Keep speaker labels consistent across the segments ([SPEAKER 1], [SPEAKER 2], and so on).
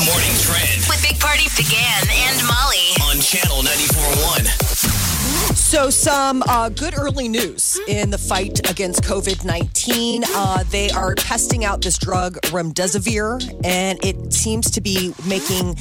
[SPEAKER 1] morning trend
[SPEAKER 2] With Big Party began and Molly.
[SPEAKER 1] on channel 94.1.
[SPEAKER 3] So, some uh, good early news in the fight against COVID 19. Uh, they are testing out this drug, remdesivir, and it seems to be making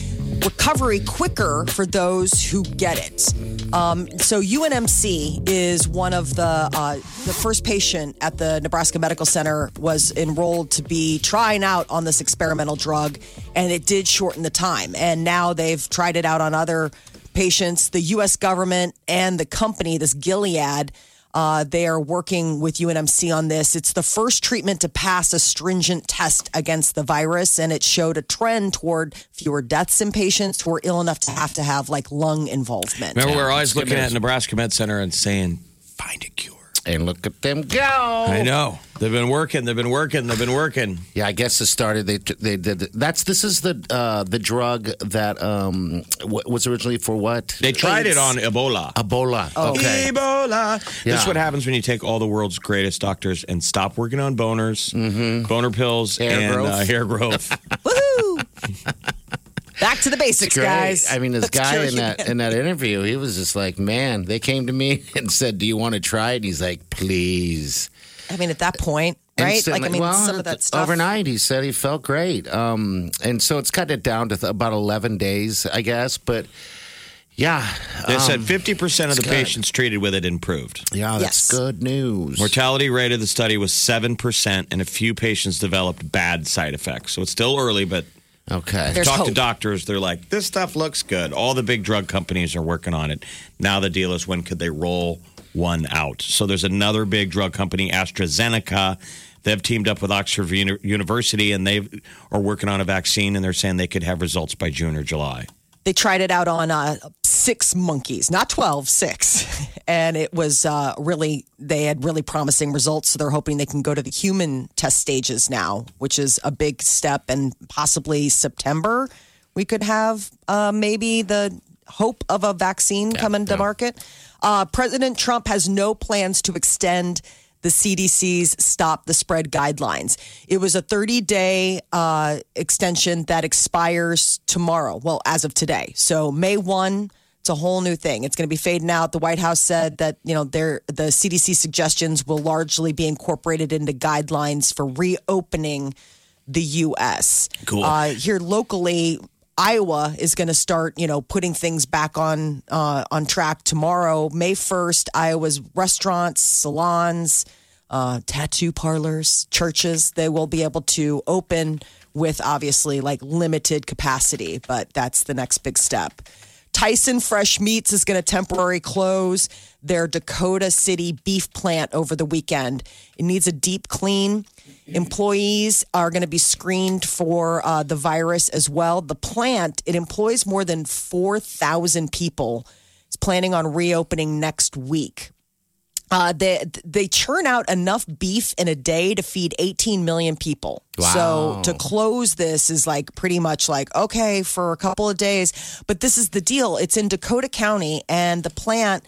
[SPEAKER 3] recovery quicker for those who get it. Um, so, UNMC is one of the uh, the first patient at the Nebraska Medical Center was enrolled to be trying out on this experimental drug, and it did shorten the time. And now they've tried it out on other patients, the U.S. government, and the company, this Gilead. Uh, they are working with UNMC on this. It's the first treatment to pass a stringent test against the virus, and it showed a trend toward fewer deaths in patients who are ill enough to have to have like lung involvement.
[SPEAKER 4] Remember, we are always looking at Nebraska Med Center and saying, find a cure.
[SPEAKER 5] And look at them go.
[SPEAKER 4] I know. They've been working, they've been working, they've been working.
[SPEAKER 5] Yeah, I guess it started. They they did. That's this is the uh, the drug that um w- was originally for what?
[SPEAKER 4] They tried it on Ebola.
[SPEAKER 5] Ebola.
[SPEAKER 3] Oh,
[SPEAKER 5] Okay.
[SPEAKER 4] Ebola. This is
[SPEAKER 5] Yeah.
[SPEAKER 4] what happens when you take all the world's greatest doctors and stop working on boners, boner pills,
[SPEAKER 5] Hair
[SPEAKER 4] and
[SPEAKER 5] growth.
[SPEAKER 4] Uh, Mm-hmm. hair growth.
[SPEAKER 3] Woohoo! Back to the basics,
[SPEAKER 5] Great.
[SPEAKER 3] guys.
[SPEAKER 5] I mean, this
[SPEAKER 3] Let's
[SPEAKER 5] guy
[SPEAKER 3] cure
[SPEAKER 5] in that in that interview, he was just like, "Man, they came to me and said, "Do you want to try it?" And he's like, "Please."
[SPEAKER 3] I mean, at that point,
[SPEAKER 5] And
[SPEAKER 3] right?
[SPEAKER 5] he said,
[SPEAKER 3] Like, I mean,
[SPEAKER 5] well,
[SPEAKER 3] some of that stuff.
[SPEAKER 5] Overnight, he said he felt great. Um, and so it's cut it down to th- about 11 days, I guess. But yeah.
[SPEAKER 4] They
[SPEAKER 5] um,
[SPEAKER 4] said 50% of the
[SPEAKER 5] good.
[SPEAKER 4] patients treated with it improved.
[SPEAKER 5] yeah,
[SPEAKER 3] Yes.
[SPEAKER 5] that's good news.
[SPEAKER 4] Mortality rate of the study was 7%, and a few patients developed bad side effects. So it's still early, but
[SPEAKER 5] okay.
[SPEAKER 3] There's
[SPEAKER 4] talk to
[SPEAKER 3] hope.
[SPEAKER 4] doctors. They're like, this stuff looks good. All the big drug companies are working on it. Now the deal is when could they roll one out? So there's another big drug company, AstraZeneca. They've teamed up with Oxford Uni- University, and they are working on a vaccine, and they're saying they could have results by June or July.
[SPEAKER 3] they tried it out on uh, six monkeys, not 12, six. And it was uh, really, they had really promising results. So they're hoping they can go to the human test stages now, which is a big step. And possibly September, we could have uh, maybe the hope of a vaccine coming to market. Uh, President Trump has no plans to extend the CDC's Stop the Spread guidelines. It was a 30 day uh, extension that expires tomorrow, well, as of today. So, May 1. It's a whole new thing. It's going to be fading out. The White House said that you know their the CDC suggestions will largely be incorporated into guidelines for reopening the U.S.
[SPEAKER 4] Cool.
[SPEAKER 3] Uh, here locally, Iowa is going to start, you know, putting things back on uh, on track tomorrow, May first. Iowa's restaurants, salons, uh, tattoo parlors, churches they will be able to open with obviously like limited capacity, but that's the next big step. Tyson Fresh Meats is going to temporarily close their Dakota City beef plant over the weekend. It needs a deep clean. Employees are going to be screened for uh, the virus as well. The plant it employs more than four thousand people. It's planning on reopening next week. Uh, they they churn out enough beef in a day to feed 18 million people. So to close this is like pretty much like okay for a couple of days, but this is the deal. It's in Dakota County, and the plant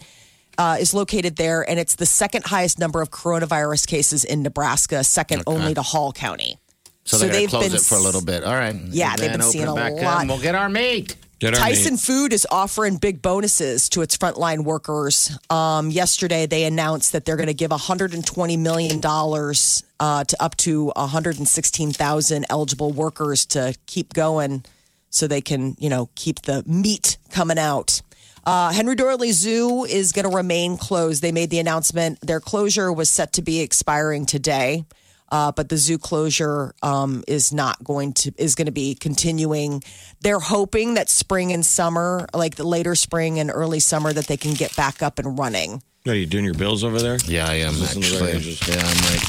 [SPEAKER 3] uh, is located there, and it's the second highest number of coronavirus cases in Nebraska, second only to Hall County.
[SPEAKER 5] So, they're going
[SPEAKER 3] they've
[SPEAKER 5] to close
[SPEAKER 3] been
[SPEAKER 5] it for a little bit. All right.
[SPEAKER 3] Yeah, they've
[SPEAKER 5] Then
[SPEAKER 3] been
[SPEAKER 5] open
[SPEAKER 3] seeing
[SPEAKER 5] it
[SPEAKER 3] a
[SPEAKER 5] back up,
[SPEAKER 3] lot.
[SPEAKER 5] and We'll get our meat.
[SPEAKER 4] Did our
[SPEAKER 3] Tyson
[SPEAKER 4] meat.
[SPEAKER 3] Food is offering big bonuses to its frontline workers. Um, yesterday, they announced that they're going to give 120 million dollars uh, to up to 116,000 eligible workers to keep going, so they can, you know, keep the meat coming out. Uh, Henry Dorley Zoo is going to remain closed. They made the announcement. Their closure was set to be expiring today, uh, but the zoo closure um, is not going to is going to be continuing. They're hoping that spring and summer, like the later spring and early summer, that they can get back up and running.
[SPEAKER 4] What are you doing your bills over there?
[SPEAKER 5] Yeah, I am
[SPEAKER 4] Listen to the
[SPEAKER 5] actually.
[SPEAKER 4] rangers.
[SPEAKER 5] Yeah, I'm like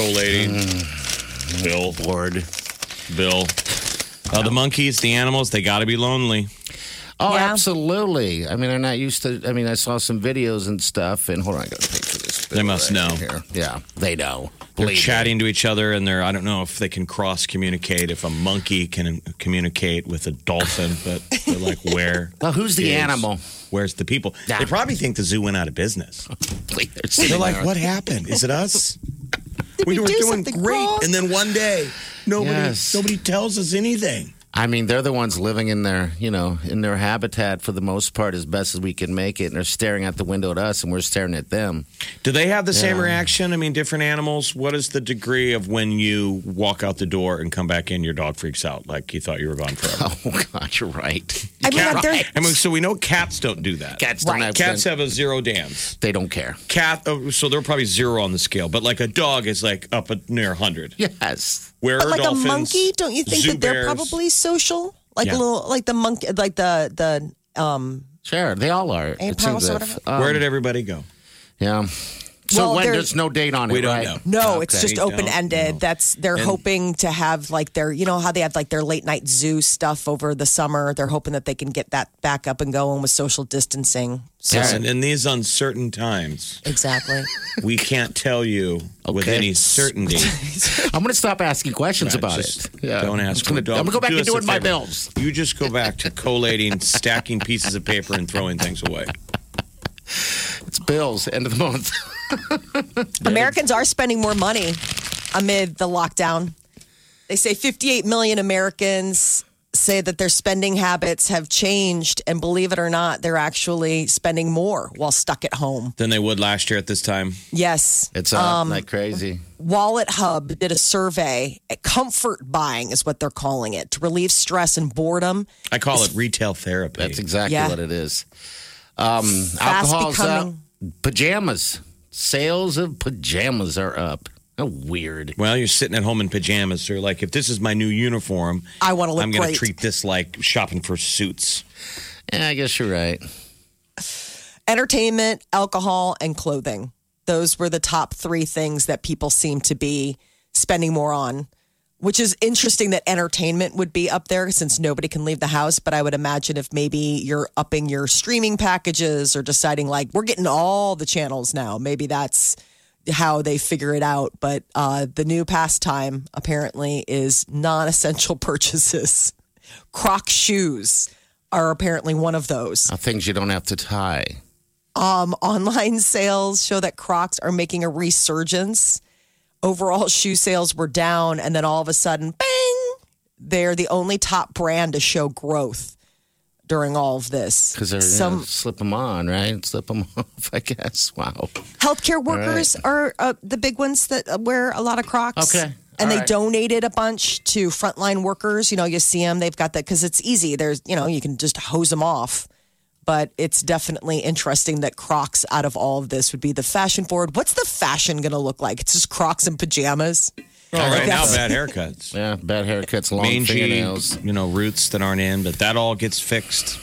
[SPEAKER 4] Collating. Bill.
[SPEAKER 5] bored.
[SPEAKER 4] Bill. Uh, the monkeys, the animals, they got to be lonely.
[SPEAKER 5] Oh,
[SPEAKER 3] Yeah.
[SPEAKER 5] absolutely. I mean, they're not used to. I mean, I saw some videos and stuff. And hold on, I got a picture of this.
[SPEAKER 4] They must know.
[SPEAKER 5] Here. Yeah, they know.
[SPEAKER 4] They're
[SPEAKER 5] Believe me.
[SPEAKER 4] chatting to each other, and they're, I don't know if they can cross communicate, if a monkey can communicate with a dolphin, but they're like, where?
[SPEAKER 5] Well, who's the animal?
[SPEAKER 4] Where's the people?
[SPEAKER 5] Yeah.
[SPEAKER 4] They probably think the zoo went out of business.
[SPEAKER 5] They're
[SPEAKER 4] They're like, what happened? Is it us? we,
[SPEAKER 3] we
[SPEAKER 4] were
[SPEAKER 3] do
[SPEAKER 4] doing
[SPEAKER 3] something
[SPEAKER 4] great,
[SPEAKER 3] wrong?
[SPEAKER 4] and then one day, nobody,
[SPEAKER 5] Yes.
[SPEAKER 4] nobody tells us anything.
[SPEAKER 5] I mean, they're the ones living in their, you know, in their habitat for the most part, as best as we can make it, and they're staring out the window at us, and we're staring at them.
[SPEAKER 4] Do they have the same reaction? I mean, different animals. What is the degree of when you walk out the door and come back in, your dog freaks out like you thought you were gone forever?
[SPEAKER 5] Oh God, you're right.
[SPEAKER 3] I mean,
[SPEAKER 4] Cat-
[SPEAKER 3] they're,
[SPEAKER 4] I mean, so we know cats don't do that.
[SPEAKER 5] Cats don't
[SPEAKER 3] Right.
[SPEAKER 5] have
[SPEAKER 4] Cats
[SPEAKER 5] sense.
[SPEAKER 4] have a zero dance.
[SPEAKER 5] They don't care.
[SPEAKER 4] Cat, oh, so they're probably zero on the scale, but like a dog is like up at near 100.
[SPEAKER 5] Yes.
[SPEAKER 4] Where
[SPEAKER 3] but
[SPEAKER 4] are
[SPEAKER 3] like
[SPEAKER 4] dolphins?
[SPEAKER 3] a monkey, don't you think
[SPEAKER 4] zoo
[SPEAKER 3] that they're
[SPEAKER 4] bears?
[SPEAKER 3] probably social? Like a
[SPEAKER 4] Yeah.
[SPEAKER 3] little, like the monkey, like the the um.
[SPEAKER 5] Sure. They all are.
[SPEAKER 3] Ain't
[SPEAKER 5] it seems
[SPEAKER 3] Powell's or
[SPEAKER 5] if.
[SPEAKER 3] whatever?
[SPEAKER 5] Um,
[SPEAKER 4] Where did everybody go?
[SPEAKER 5] yeah. So
[SPEAKER 3] Well,
[SPEAKER 5] when
[SPEAKER 3] they're-
[SPEAKER 5] there's no date on it,
[SPEAKER 4] We don't know.
[SPEAKER 5] right?
[SPEAKER 3] No, it's
[SPEAKER 5] Okay.
[SPEAKER 3] just
[SPEAKER 4] They don't
[SPEAKER 3] open ended. That's they're hoping to have like their, you know how they have like their late night zoo stuff over the summer. They're hoping that they can get that back up and going with social distancing. So,
[SPEAKER 4] Listen, in these uncertain times,
[SPEAKER 3] Exactly.
[SPEAKER 4] we can't tell you with
[SPEAKER 5] Okay.
[SPEAKER 4] any certainty.
[SPEAKER 5] I'm going to stop asking questions
[SPEAKER 4] Right,
[SPEAKER 5] about
[SPEAKER 4] just
[SPEAKER 5] it. Yeah.
[SPEAKER 4] Don't ask.
[SPEAKER 5] I'm going
[SPEAKER 4] for a dog.
[SPEAKER 5] to go back
[SPEAKER 4] Do
[SPEAKER 5] and
[SPEAKER 4] us
[SPEAKER 5] doing
[SPEAKER 4] a
[SPEAKER 5] my
[SPEAKER 4] favor.
[SPEAKER 5] bills.
[SPEAKER 4] You just go back to collating, stacking pieces of paper, and throwing things away.
[SPEAKER 5] It's bills. End of the month.
[SPEAKER 3] Americans are spending more money amid the lockdown. They say 58 million Americans say that their spending habits have changed, and believe it or not, they're actually spending more while stuck at home.
[SPEAKER 4] Than they would last year at this time.
[SPEAKER 3] Yes,
[SPEAKER 5] It's uh,
[SPEAKER 3] Um,
[SPEAKER 5] like crazy.
[SPEAKER 3] Wallet Hub did a survey. Comfort buying is what they're calling it to relieve stress and boredom.
[SPEAKER 4] I call it retail therapy.
[SPEAKER 5] That's exactly
[SPEAKER 3] Yeah.
[SPEAKER 5] what it is. Um, alcohol's
[SPEAKER 3] becoming-
[SPEAKER 5] up. Pajamas. Sales of pajamas are up. How weird.
[SPEAKER 4] well, you're sitting at home in pajamas. So you're like, if this is my new uniform,
[SPEAKER 3] I wanna look
[SPEAKER 4] I'm gonna
[SPEAKER 3] great.
[SPEAKER 4] treat this like shopping for suits.
[SPEAKER 5] Yeah, I guess you're right.
[SPEAKER 3] entertainment, alcohol, and clothing. Those were the top three things that people seem to be spending more on, which is interesting that entertainment would be up there since nobody can leave the house. But I would imagine if maybe you're upping your streaming packages or deciding, like, we're getting all the channels now, maybe that's how they figure it out. But uh, the new pastime apparently is non essential purchases. Croc shoes are apparently one of those.
[SPEAKER 5] Uh, Things you don't have to tie.
[SPEAKER 3] Um, online sales show that Crocs are making a resurgence. Overall, shoe sales were down, and then all of a sudden, bang! They're the only top brand to show growth during all of this.
[SPEAKER 5] Because they're
[SPEAKER 3] Some
[SPEAKER 5] you know, slip them on, right? Slip them off. I guess. Wow.
[SPEAKER 3] healthcare workers are uh, the big ones that uh, wear a lot of Crocs.
[SPEAKER 5] Okay.
[SPEAKER 3] And
[SPEAKER 5] All
[SPEAKER 3] they
[SPEAKER 5] right.
[SPEAKER 3] donated a bunch to frontline workers. You know, you see them, they've got that because it's easy. There's, you know, you can just hose them off. But it's definitely interesting that Crocs out of all of this would be the fashion forward. What's the fashion going to look like? It's just Crocs and pajamas.
[SPEAKER 4] All right, now
[SPEAKER 3] That's-
[SPEAKER 4] bad haircuts,
[SPEAKER 5] Yeah. Bad haircuts. Long
[SPEAKER 4] mangy,
[SPEAKER 5] fingernails.
[SPEAKER 4] you know, roots that aren't in, but that all gets fixed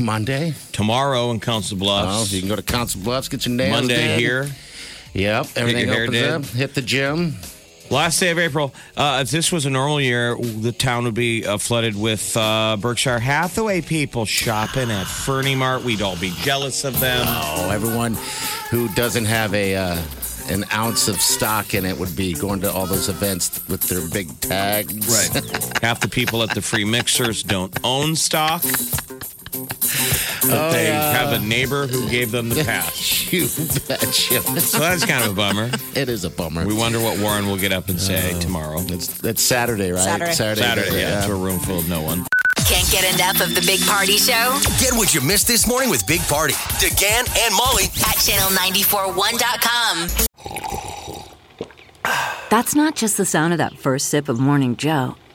[SPEAKER 5] Monday.
[SPEAKER 4] tomorrow in Council
[SPEAKER 5] Oh,
[SPEAKER 4] Bluffs.
[SPEAKER 5] you can go to Council Bluffs. Get your nails
[SPEAKER 4] Monday
[SPEAKER 5] did.
[SPEAKER 4] here.
[SPEAKER 5] Yep. Everything
[SPEAKER 4] your hair
[SPEAKER 5] opens
[SPEAKER 4] did.
[SPEAKER 5] up. Hit the gym.
[SPEAKER 4] Last day of April. Uh, if this was a normal year, the town would be uh, flooded with uh, Berkshire Hathaway people shopping at Fernie Mart. We'd all be jealous of them.
[SPEAKER 5] Oh, everyone who doesn't have a uh, an ounce of stock in it would be going to all those events with their big tags.
[SPEAKER 4] Half the people at the free mixers don't own stock, but
[SPEAKER 5] Oh,
[SPEAKER 4] they have a neighbor who gave them the pass.
[SPEAKER 5] you betcha.
[SPEAKER 4] So that's kind of a bummer.
[SPEAKER 5] It is a bummer.
[SPEAKER 4] We wonder what Warren will get up and say tomorrow.
[SPEAKER 5] It's Oh. that's Saturday, right?
[SPEAKER 3] Saturday.
[SPEAKER 4] Saturday, yeah, to a room full of no one.
[SPEAKER 2] Can't get enough of the Big Party Show
[SPEAKER 1] Get what you missed this morning with Big Party, DeGan and Molly.
[SPEAKER 2] at channel941.com.
[SPEAKER 6] That's not just the sound of that first sip of Morning Joe.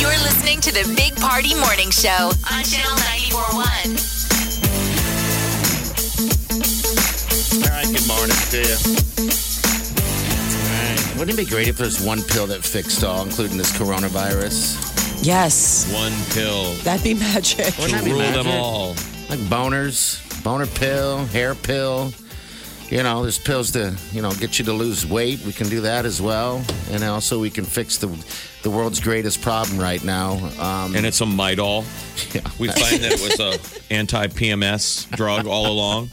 [SPEAKER 2] You're listening to the Big Party Morning Show on Channel 94.1.
[SPEAKER 5] All right, good morning to you. All right. Wouldn't it be great if there's one pill that fixed all, including this coronavirus?
[SPEAKER 3] Yes,
[SPEAKER 4] One pill
[SPEAKER 3] that'd be magic.
[SPEAKER 4] to
[SPEAKER 5] that be
[SPEAKER 4] rule them
[SPEAKER 5] magic?
[SPEAKER 4] all.
[SPEAKER 5] Like boners, boner pill, hair pill. You know, there's pills to, you know, get you to lose weight. We can do that as well. And also we can fix the the world's greatest problem right now. Um,
[SPEAKER 4] And it's a mitol. We find that it was a anti-PMS drug all along.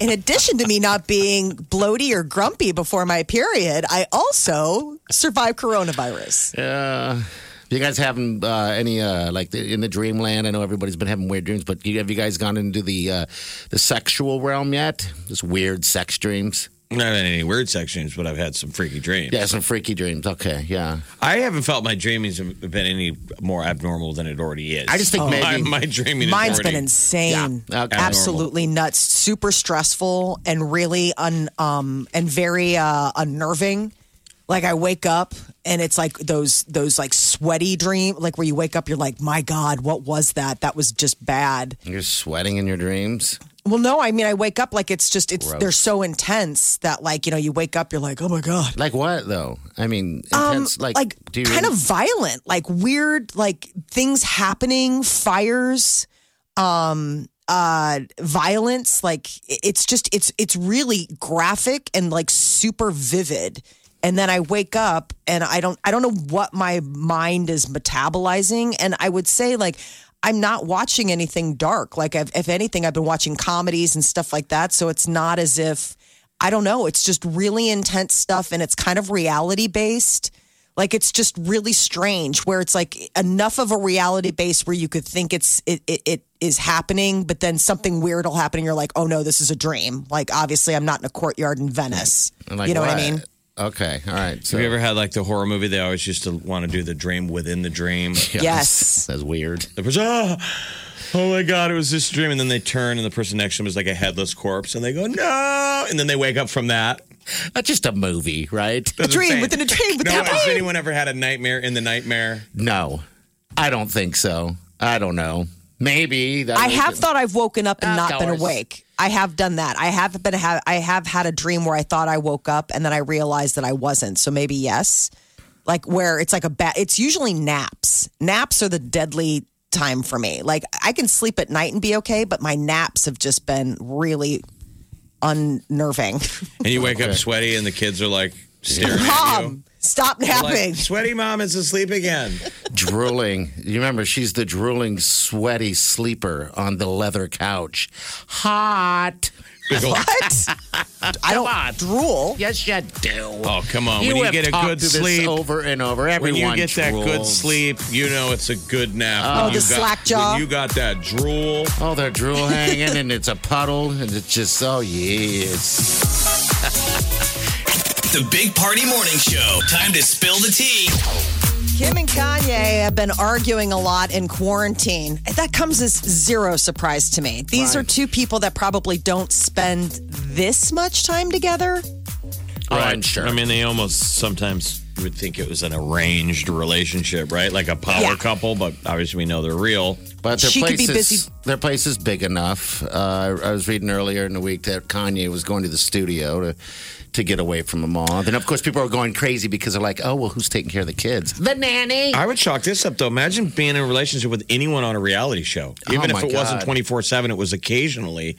[SPEAKER 3] In addition to me not being bloaty or grumpy before my period, I also survived coronavirus.
[SPEAKER 5] Uh, you guys having uh, any uh, like the, in the dreamland? I know everybody's been having weird dreams, but you, have you guys gone into the uh, the sexual realm yet? Just weird sex dreams.
[SPEAKER 4] Not in any weird sections, but I've had some freaky dreams.
[SPEAKER 5] Yeah, some freaky dreams. Okay, yeah.
[SPEAKER 4] I haven't felt my dreamings have been any more abnormal than it already is.
[SPEAKER 5] I just think
[SPEAKER 4] my,
[SPEAKER 5] maybe
[SPEAKER 4] my dreaming
[SPEAKER 3] Mine's
[SPEAKER 4] is
[SPEAKER 3] been
[SPEAKER 4] already,
[SPEAKER 3] insane.
[SPEAKER 5] Yeah, okay.
[SPEAKER 3] Absolutely nuts, super stressful and really un um and very uh unnerving. Like I wake up and it's like those those like sweaty dream like where you wake up you're like, "My god, what was that? That was just bad."
[SPEAKER 5] you're sweating in your dreams.
[SPEAKER 3] Well, no, I mean I wake up like it's just it's they're so intense that like, you know, you wake up you're like, "Oh my god."
[SPEAKER 5] Like what though? I mean,
[SPEAKER 3] Um,
[SPEAKER 5] intense. like, do you
[SPEAKER 3] kind
[SPEAKER 5] really-
[SPEAKER 3] of violent, like weird, like things happening, fires, um, uh, violence. Like i- it's just it's it's really graphic and like super vivid. And then I wake up and I don't I don't know what my mind is metabolizing. And I would say like. I'm not watching anything dark. Like, I've, if anything, I've been watching comedies and stuff like that. So it's not as if I don't know. It's just really intense stuff and it's kind of reality based. Like it's just really strange where it's like enough of a reality base where you could think it's it, it, it is happening, but then something weird will happen and you're like, oh no, this is a dream. Like obviously I'm not in a courtyard in Venice.
[SPEAKER 5] like
[SPEAKER 3] you know what I mean?
[SPEAKER 5] Okay, all right. So,
[SPEAKER 4] Have you ever had like the horror movie? They always used to want to do the dream within the dream.
[SPEAKER 3] Yes.
[SPEAKER 5] that's weird.
[SPEAKER 4] The person, ah, oh my God, it was this dream. And then they turn and the person next to them is like a headless corpse. And they go, no. And then they wake up from that.
[SPEAKER 5] That's Uh, just a movie, right?
[SPEAKER 3] A
[SPEAKER 4] That's what I'm
[SPEAKER 3] dream
[SPEAKER 4] saying.
[SPEAKER 3] within a dream within
[SPEAKER 4] No,
[SPEAKER 3] a
[SPEAKER 4] has
[SPEAKER 3] dream.
[SPEAKER 4] anyone ever had a nightmare in the nightmare?
[SPEAKER 5] No, I don't think so. I don't know. Maybe that
[SPEAKER 3] I have thought I've woken up and
[SPEAKER 5] Of
[SPEAKER 3] not been
[SPEAKER 5] course.
[SPEAKER 3] awake. I have done that. I have been ha- I have had a dream where I thought I woke up and then I realized that I wasn't. So maybe yes. Like where it's like a bad it's usually naps. Naps are the deadly time for me. Like I can sleep at night and be okay, but my naps have just been really unnerving.
[SPEAKER 4] And you wake up sweaty and the kids are like staring at you.
[SPEAKER 3] Mom, stop
[SPEAKER 4] Like,
[SPEAKER 3] napping.
[SPEAKER 4] sweaty mom is asleep again.
[SPEAKER 5] drooling. You remember she's the drooling, sweaty sleeper on the leather couch. Hot.
[SPEAKER 3] what? I don't drool.
[SPEAKER 5] Yes, you do.
[SPEAKER 4] Oh, come on. when you
[SPEAKER 5] have
[SPEAKER 4] get a
[SPEAKER 5] talked
[SPEAKER 4] good
[SPEAKER 5] to this
[SPEAKER 4] sleep,
[SPEAKER 5] over and over.
[SPEAKER 4] when
[SPEAKER 5] Everyone
[SPEAKER 4] you get that good
[SPEAKER 5] drools.
[SPEAKER 4] sleep, you know it's a good nap.
[SPEAKER 3] Oh,
[SPEAKER 4] When
[SPEAKER 3] the
[SPEAKER 4] you got-
[SPEAKER 3] slack jaw.
[SPEAKER 4] when you got that drool.
[SPEAKER 5] Oh, they're drool hanging, and it's a puddle, and it's just oh yes.
[SPEAKER 1] The Big Party Morning Show. Time to spill the tea.
[SPEAKER 3] Kim and Kanye have been arguing a lot in quarantine. That comes as zero surprise to me. These are two people that probably don't spend this much time together.
[SPEAKER 5] Oh, I'm sure.
[SPEAKER 4] I mean, they almost sometimes would think it was an arranged relationship, right? Like a power
[SPEAKER 3] Yeah.
[SPEAKER 4] couple, but obviously we know they're real.
[SPEAKER 5] But their
[SPEAKER 3] She
[SPEAKER 5] place
[SPEAKER 3] could be
[SPEAKER 5] is
[SPEAKER 3] busy-
[SPEAKER 5] their place is big enough. Uh, I was reading earlier in the week that Kanye was going to the studio to to get away from them all. Then of course people are going crazy because they're like, oh well, who's taking care of the kids? The nanny.
[SPEAKER 4] I would chalk this up though. Imagine being in a relationship with anyone on a reality show, even
[SPEAKER 5] Oh,
[SPEAKER 4] if
[SPEAKER 5] my
[SPEAKER 4] it wasn't
[SPEAKER 5] God.
[SPEAKER 4] twenty four seven. It was occasionally.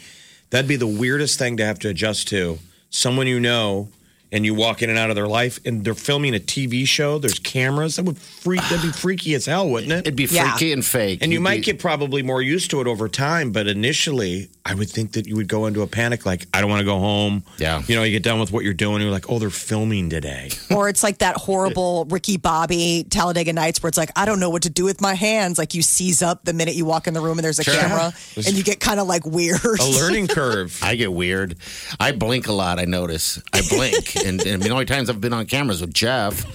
[SPEAKER 4] That'd be the weirdest thing to have to adjust to. Someone you know and you walk in and out of their life, and they're filming a TV show. There's cameras. That would freak. That'd be freaky as hell, wouldn't it?
[SPEAKER 5] It'd be
[SPEAKER 3] Yeah.
[SPEAKER 5] freaky and fake.
[SPEAKER 4] and you
[SPEAKER 5] You'd
[SPEAKER 4] might
[SPEAKER 5] be-
[SPEAKER 4] get probably more used to it over time, but initially, I would think that you would go into a panic, like I don't want to go home.
[SPEAKER 5] Yeah.
[SPEAKER 4] you know, you get done with what you're doing, you're like, oh, they're filming today.
[SPEAKER 3] Or it's like that horrible Ricky Bobby Talladega Nights where it's like, I don't know what to do with my hands. Like you seize up the minute you walk in the room and there's a
[SPEAKER 5] Sure.
[SPEAKER 3] camera and you get kind of like weird.
[SPEAKER 4] A learning curve.
[SPEAKER 5] I get weird. I blink a lot. I notice. I blink, and, and the only times I've been on cameras with Jeff,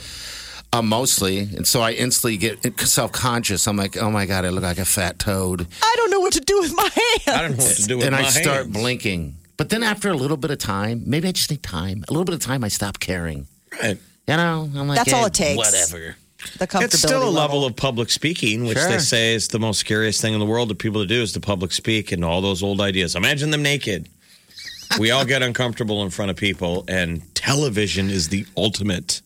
[SPEAKER 5] uh, mostly, and so I instantly get self conscious. I'm like, oh my god, I look like a fat toad,
[SPEAKER 3] I don't know what to do with my
[SPEAKER 4] I
[SPEAKER 3] hands.
[SPEAKER 4] don't know what to do with
[SPEAKER 5] and I
[SPEAKER 4] my
[SPEAKER 5] start
[SPEAKER 4] hands.
[SPEAKER 5] blinking. But then after a little bit of time, maybe I just need time. A little bit of time, I stop caring.
[SPEAKER 4] Right.
[SPEAKER 5] You know, I'm like,
[SPEAKER 3] That's all
[SPEAKER 5] "Eh,
[SPEAKER 3] it takes.
[SPEAKER 5] Whatever.
[SPEAKER 3] The comfortability.
[SPEAKER 4] It's still a level of public speaking, which they
[SPEAKER 5] Sure.
[SPEAKER 4] say is the most scariest thing in the world to people to do is to public speak and all those old ideas. Imagine them naked. We all get uncomfortable in front of people, and television is the ultimate.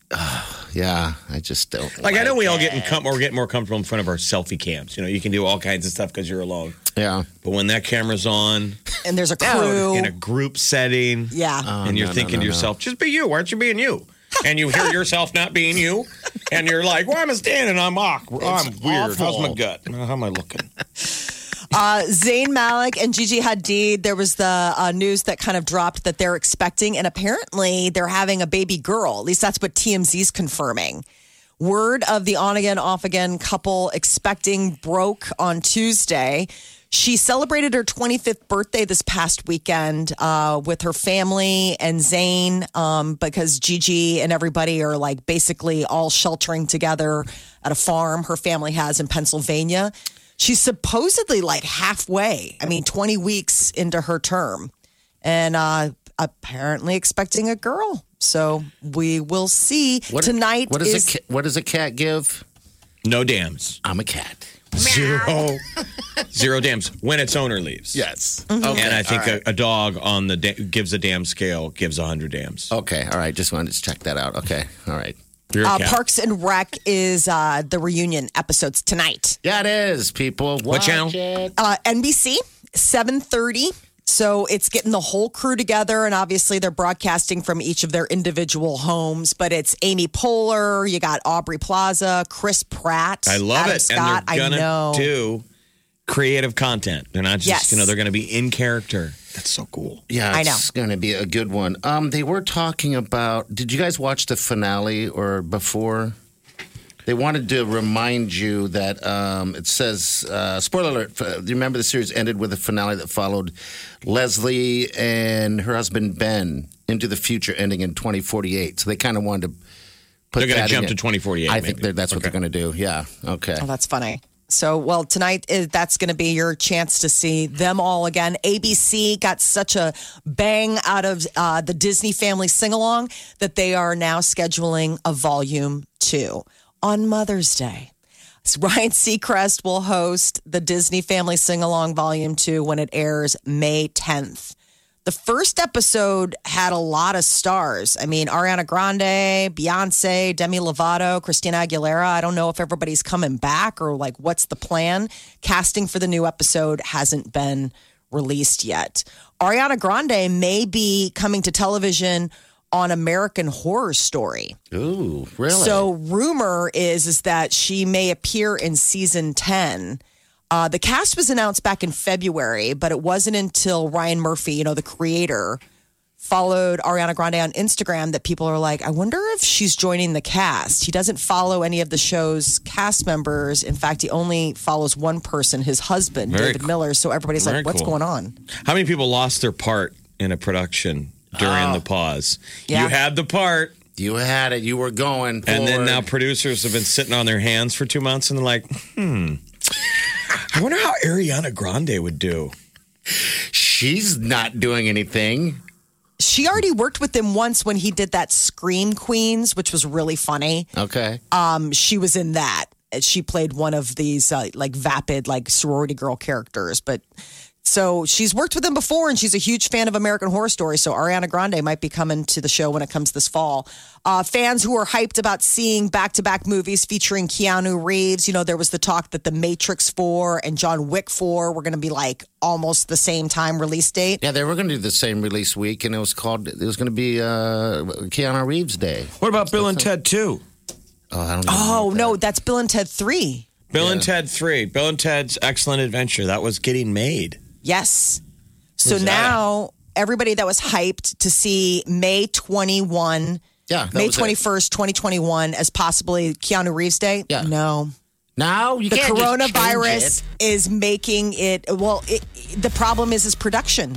[SPEAKER 5] Yeah, I just don't.
[SPEAKER 4] Like I know we all get in com- we're getting more comfortable in front of our selfie cams. You know, you can do all kinds of stuff because you're alone.
[SPEAKER 5] Yeah.
[SPEAKER 4] But when that camera's on
[SPEAKER 3] and there's a crew.
[SPEAKER 4] in a Uh, group setting,
[SPEAKER 3] yeah.
[SPEAKER 4] and you're
[SPEAKER 5] Oh. no, no,
[SPEAKER 4] thinking
[SPEAKER 5] no,
[SPEAKER 4] to
[SPEAKER 5] no.
[SPEAKER 4] yourself, just be you. Why aren't you being you? And you hear yourself not being you, and you're like, "Why am I standing? I'm awkward. I'm weird. How's my
[SPEAKER 5] awful.
[SPEAKER 4] gut? How am I looking?"
[SPEAKER 3] Uh, Zayn Malik and Gigi Hadid, there was the uh, news that kind of dropped that they're expecting, and apparently they're having a baby girl. At least that's what TMZ's confirming. Word of the on again, off again couple expecting broke on Tuesday. She celebrated her 25th birthday this past weekend uh, with her family and Zayn um, because Gigi and everybody are like basically all sheltering together at a farm her family has in Pennsylvania. She's supposedly like halfway, I mean, 20 weeks into her term, and uh, apparently expecting a girl. So we will see.
[SPEAKER 5] What,
[SPEAKER 3] Tonight
[SPEAKER 5] What does
[SPEAKER 3] is
[SPEAKER 5] a ca- what does a cat give?
[SPEAKER 4] No dams.
[SPEAKER 5] I'm a cat.
[SPEAKER 4] Zero. Zero dams when its owner leaves.
[SPEAKER 5] Yes.
[SPEAKER 3] Mm-hmm.
[SPEAKER 4] and I think a, a dog on the da- gives a dam scale gives a hundred dams.
[SPEAKER 5] Okay. All right. Just wanted to check that out. Okay. All right.
[SPEAKER 4] You're a
[SPEAKER 3] uh,
[SPEAKER 4] cat.
[SPEAKER 3] Parks and Rec is uh, the reunion episodes tonight.
[SPEAKER 5] Yeah, it is, people. Watch
[SPEAKER 4] channel?
[SPEAKER 5] It.
[SPEAKER 3] Uh, NBC, 7.30. So it's getting the whole crew together, and obviously they're broadcasting from each of their individual homes. But it's Amy Poehler, you got Aubrey Plaza, Chris Pratt,
[SPEAKER 4] I love
[SPEAKER 3] Adam
[SPEAKER 4] it.
[SPEAKER 3] Scott,
[SPEAKER 4] and they're
[SPEAKER 3] I know.
[SPEAKER 4] gonna do creative content. They're not just
[SPEAKER 3] Yes.
[SPEAKER 4] you know they're gonna be in character. That's so cool.
[SPEAKER 5] Yeah,
[SPEAKER 3] I
[SPEAKER 5] it's going to be a good one. Um, they were talking about. Did you guys watch the finale or before? They wanted to remind you that um, it says uh, spoiler alert. uh, Do you remember the series ended with a finale that followed Leslie and her husband Ben into the future, ending in 2048. So they kind of wanted to. Put
[SPEAKER 4] They're gonna
[SPEAKER 5] that
[SPEAKER 4] jump
[SPEAKER 5] in
[SPEAKER 4] to
[SPEAKER 5] it.
[SPEAKER 4] 2048
[SPEAKER 5] I think
[SPEAKER 4] maybe.
[SPEAKER 5] that- that's what they're going to do. Yeah. Okay.
[SPEAKER 3] Oh, that's funny. So, well, tonight is, that's going to be your chance to see them all again. ABC got such a bang out of uh, the Disney family sing along that they are now scheduling a volume two on Mother's Day. So Ryan Seacrest will host the Disney Family Sing Along Volume 2 when it airs May 10th. The first episode had a lot of stars. I mean, Ariana Grande, Beyonce, Demi Lovato, Christina Aguilera. I don't know if everybody's coming back or like what's the plan. Casting for the new episode hasn't been released yet. Ariana Grande may be coming to television on American Horror Story.
[SPEAKER 5] Ooh, really?
[SPEAKER 3] So rumor is is that she may appear in season ten. Uh, the cast was announced back in February, but it wasn't until Ryan Murphy, you know, the creator, followed Ariana Grande on Instagram that people are like, I wonder if she's joining the cast. He doesn't follow any of the show's cast members. In fact, he only follows one person, his husband,
[SPEAKER 4] Very
[SPEAKER 3] David
[SPEAKER 4] cool.
[SPEAKER 3] Miller. So everybody's
[SPEAKER 4] Very
[SPEAKER 3] like, what's
[SPEAKER 4] cool.
[SPEAKER 3] going on?
[SPEAKER 4] How many people lost their part in a production during the pause?
[SPEAKER 3] Oh. Yeah.
[SPEAKER 4] You had the part,
[SPEAKER 5] you had it. You were going.
[SPEAKER 4] and then
[SPEAKER 5] forward.
[SPEAKER 4] now producers have been sitting on their hands for two months, and they're like, hmm. I wonder how Ariana Grande would do.
[SPEAKER 5] she's not doing anything.
[SPEAKER 3] She already worked with him once when he did that Scream Queens, which was really funny.
[SPEAKER 5] Okay.
[SPEAKER 3] she was in that. She played one of these uh, like vapid, like sorority girl characters, but So she's worked with them before, and she's a huge fan of American Horror Story. So Ariana Grande might be coming to the show when it comes this fall. Uh, fans who are hyped about seeing back to back movies featuring Keanu Reeves, you know, there was the talk that The Matrix 4 and John Wick 4 were going to be like almost the same time release date.
[SPEAKER 5] Yeah, they were going to do the same release week, and it was called. It was going to be uh, Keanu Reeves Day.
[SPEAKER 4] What about Bill and Ted 2?
[SPEAKER 5] Oh, I don't. know
[SPEAKER 3] Oh,
[SPEAKER 5] about
[SPEAKER 3] no, that's Bill and Ted 3.
[SPEAKER 4] Bill and Ted 3. Bill and Ted's Excellent Adventure. That was getting made.
[SPEAKER 3] Yes. So
[SPEAKER 4] Who's that?
[SPEAKER 3] now everybody that was hyped to see May 21,
[SPEAKER 5] that. Yeah, that
[SPEAKER 3] May
[SPEAKER 5] was it.
[SPEAKER 3] 21st, 2021 as possibly Keanu Reeves Day.
[SPEAKER 5] Yeah.
[SPEAKER 3] No.
[SPEAKER 5] Now you
[SPEAKER 3] The
[SPEAKER 5] can't just change
[SPEAKER 3] coronavirus
[SPEAKER 5] it.
[SPEAKER 3] is making it well it, the problem is his production.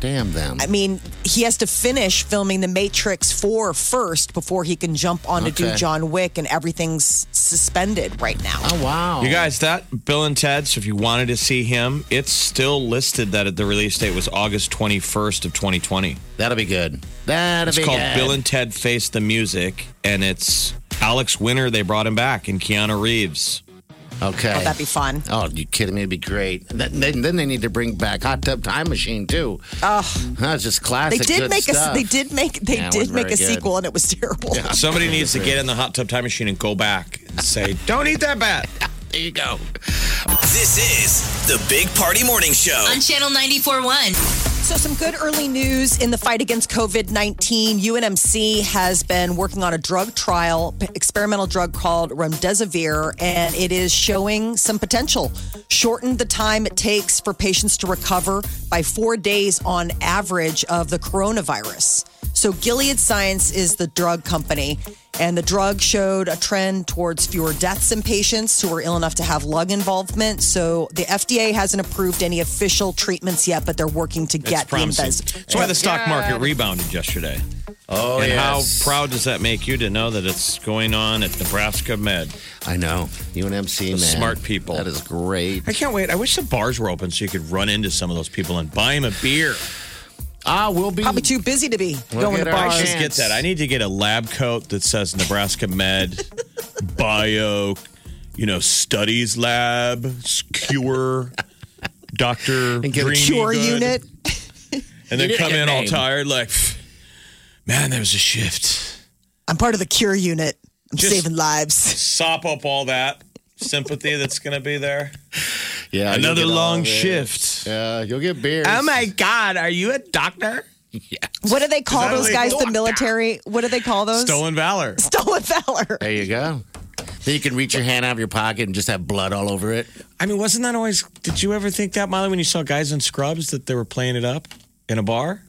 [SPEAKER 5] Damn them.
[SPEAKER 3] I mean, he has to finish filming The Matrix 4 first before he can jump on to do
[SPEAKER 5] Okay.
[SPEAKER 3] John Wick and everything's suspended right now.
[SPEAKER 5] oh wow.
[SPEAKER 4] You guys, that Bill and Ted, so if you wanted to see him, it's still listed that the release date was August 21st of 2020.
[SPEAKER 5] That'll be good. That'll
[SPEAKER 4] It's
[SPEAKER 5] be
[SPEAKER 4] called
[SPEAKER 5] good.
[SPEAKER 4] Bill and Ted Face the Music, and it's Alex Winter. They brought him back, and Keanu Reeves.
[SPEAKER 5] Okay.
[SPEAKER 3] That'd be fun.
[SPEAKER 5] Oh, you kidding me? It'd be great. Th- Then, then they need to bring back Hot Tub Time Machine too. Oh, that's just
[SPEAKER 3] They
[SPEAKER 5] classic.
[SPEAKER 3] did
[SPEAKER 5] good
[SPEAKER 3] make
[SPEAKER 5] stuff.
[SPEAKER 3] a they did make they
[SPEAKER 5] Yeah, it
[SPEAKER 3] did
[SPEAKER 5] wasn't
[SPEAKER 3] make a
[SPEAKER 5] very good.
[SPEAKER 3] sequel and it was terrible.
[SPEAKER 4] Somebody needs to get in the hot tub time machine and go back and say, "Don't eat that bat."
[SPEAKER 5] There you go.
[SPEAKER 1] This is the Big Party Morning Show.
[SPEAKER 2] On Channel 94.1.
[SPEAKER 3] So, some good early news in the fight against COVID 19. UNMC has been working on a drug trial, p- experimental drug called remdesivir, and it is showing some potential. Shortened the time it takes for patients to recover by four days on average of the coronavirus. So, Gilead Science is the drug company, and the drug showed a trend towards fewer deaths in patients who are ill enough to have lung involvement. So, the FDA hasn't approved any official treatments yet, but they're working to
[SPEAKER 4] That's
[SPEAKER 3] get the
[SPEAKER 4] promising.
[SPEAKER 3] invest-
[SPEAKER 4] That's why the stock market rebounded yesterday.
[SPEAKER 5] Oh
[SPEAKER 4] and
[SPEAKER 5] yes.
[SPEAKER 4] how proud does that make you to know that it's going on at Nebraska Med?
[SPEAKER 5] I know. UNMC man.
[SPEAKER 4] Those smart people.
[SPEAKER 5] That is great.
[SPEAKER 4] I can't wait. I wish the bars were open so you could run into some of those people and buy them a beer.
[SPEAKER 5] Ah, we'll be
[SPEAKER 3] Probably too busy to be
[SPEAKER 5] We'll
[SPEAKER 3] going
[SPEAKER 5] get
[SPEAKER 3] to
[SPEAKER 5] our
[SPEAKER 3] bars.
[SPEAKER 4] I should
[SPEAKER 5] chance.
[SPEAKER 4] get that. I need to get a lab coat that says Nebraska Med Bio, you know, Studies Lab Cure Doctor and
[SPEAKER 5] get a
[SPEAKER 3] Cure unit.
[SPEAKER 4] and then
[SPEAKER 5] You
[SPEAKER 4] come
[SPEAKER 5] need a
[SPEAKER 4] in all
[SPEAKER 5] name.
[SPEAKER 4] tired, like, man, there was a shift.
[SPEAKER 3] I'm part of the cure unit. I'm
[SPEAKER 4] Just-
[SPEAKER 3] saving lives.
[SPEAKER 4] Sop up all that sympathy that's going to be there.
[SPEAKER 5] yeah, you'll
[SPEAKER 4] Another
[SPEAKER 5] get all
[SPEAKER 4] long
[SPEAKER 5] of it. Oh
[SPEAKER 4] shift.
[SPEAKER 5] Yeah, Uh, you'll get beers.
[SPEAKER 4] Oh God, are you a doctor?
[SPEAKER 3] What do they call
[SPEAKER 4] that
[SPEAKER 3] those
[SPEAKER 4] like-
[SPEAKER 3] guys? The military? What do they call those?
[SPEAKER 4] Stolen valor.
[SPEAKER 3] Stolen valor.
[SPEAKER 5] There you go. Then you can reach your hand out of your pocket and just have blood all over it.
[SPEAKER 4] I mean, wasn't that always? Did you ever think that, Molly, when you saw guys in scrubs that they were playing it up in a bar?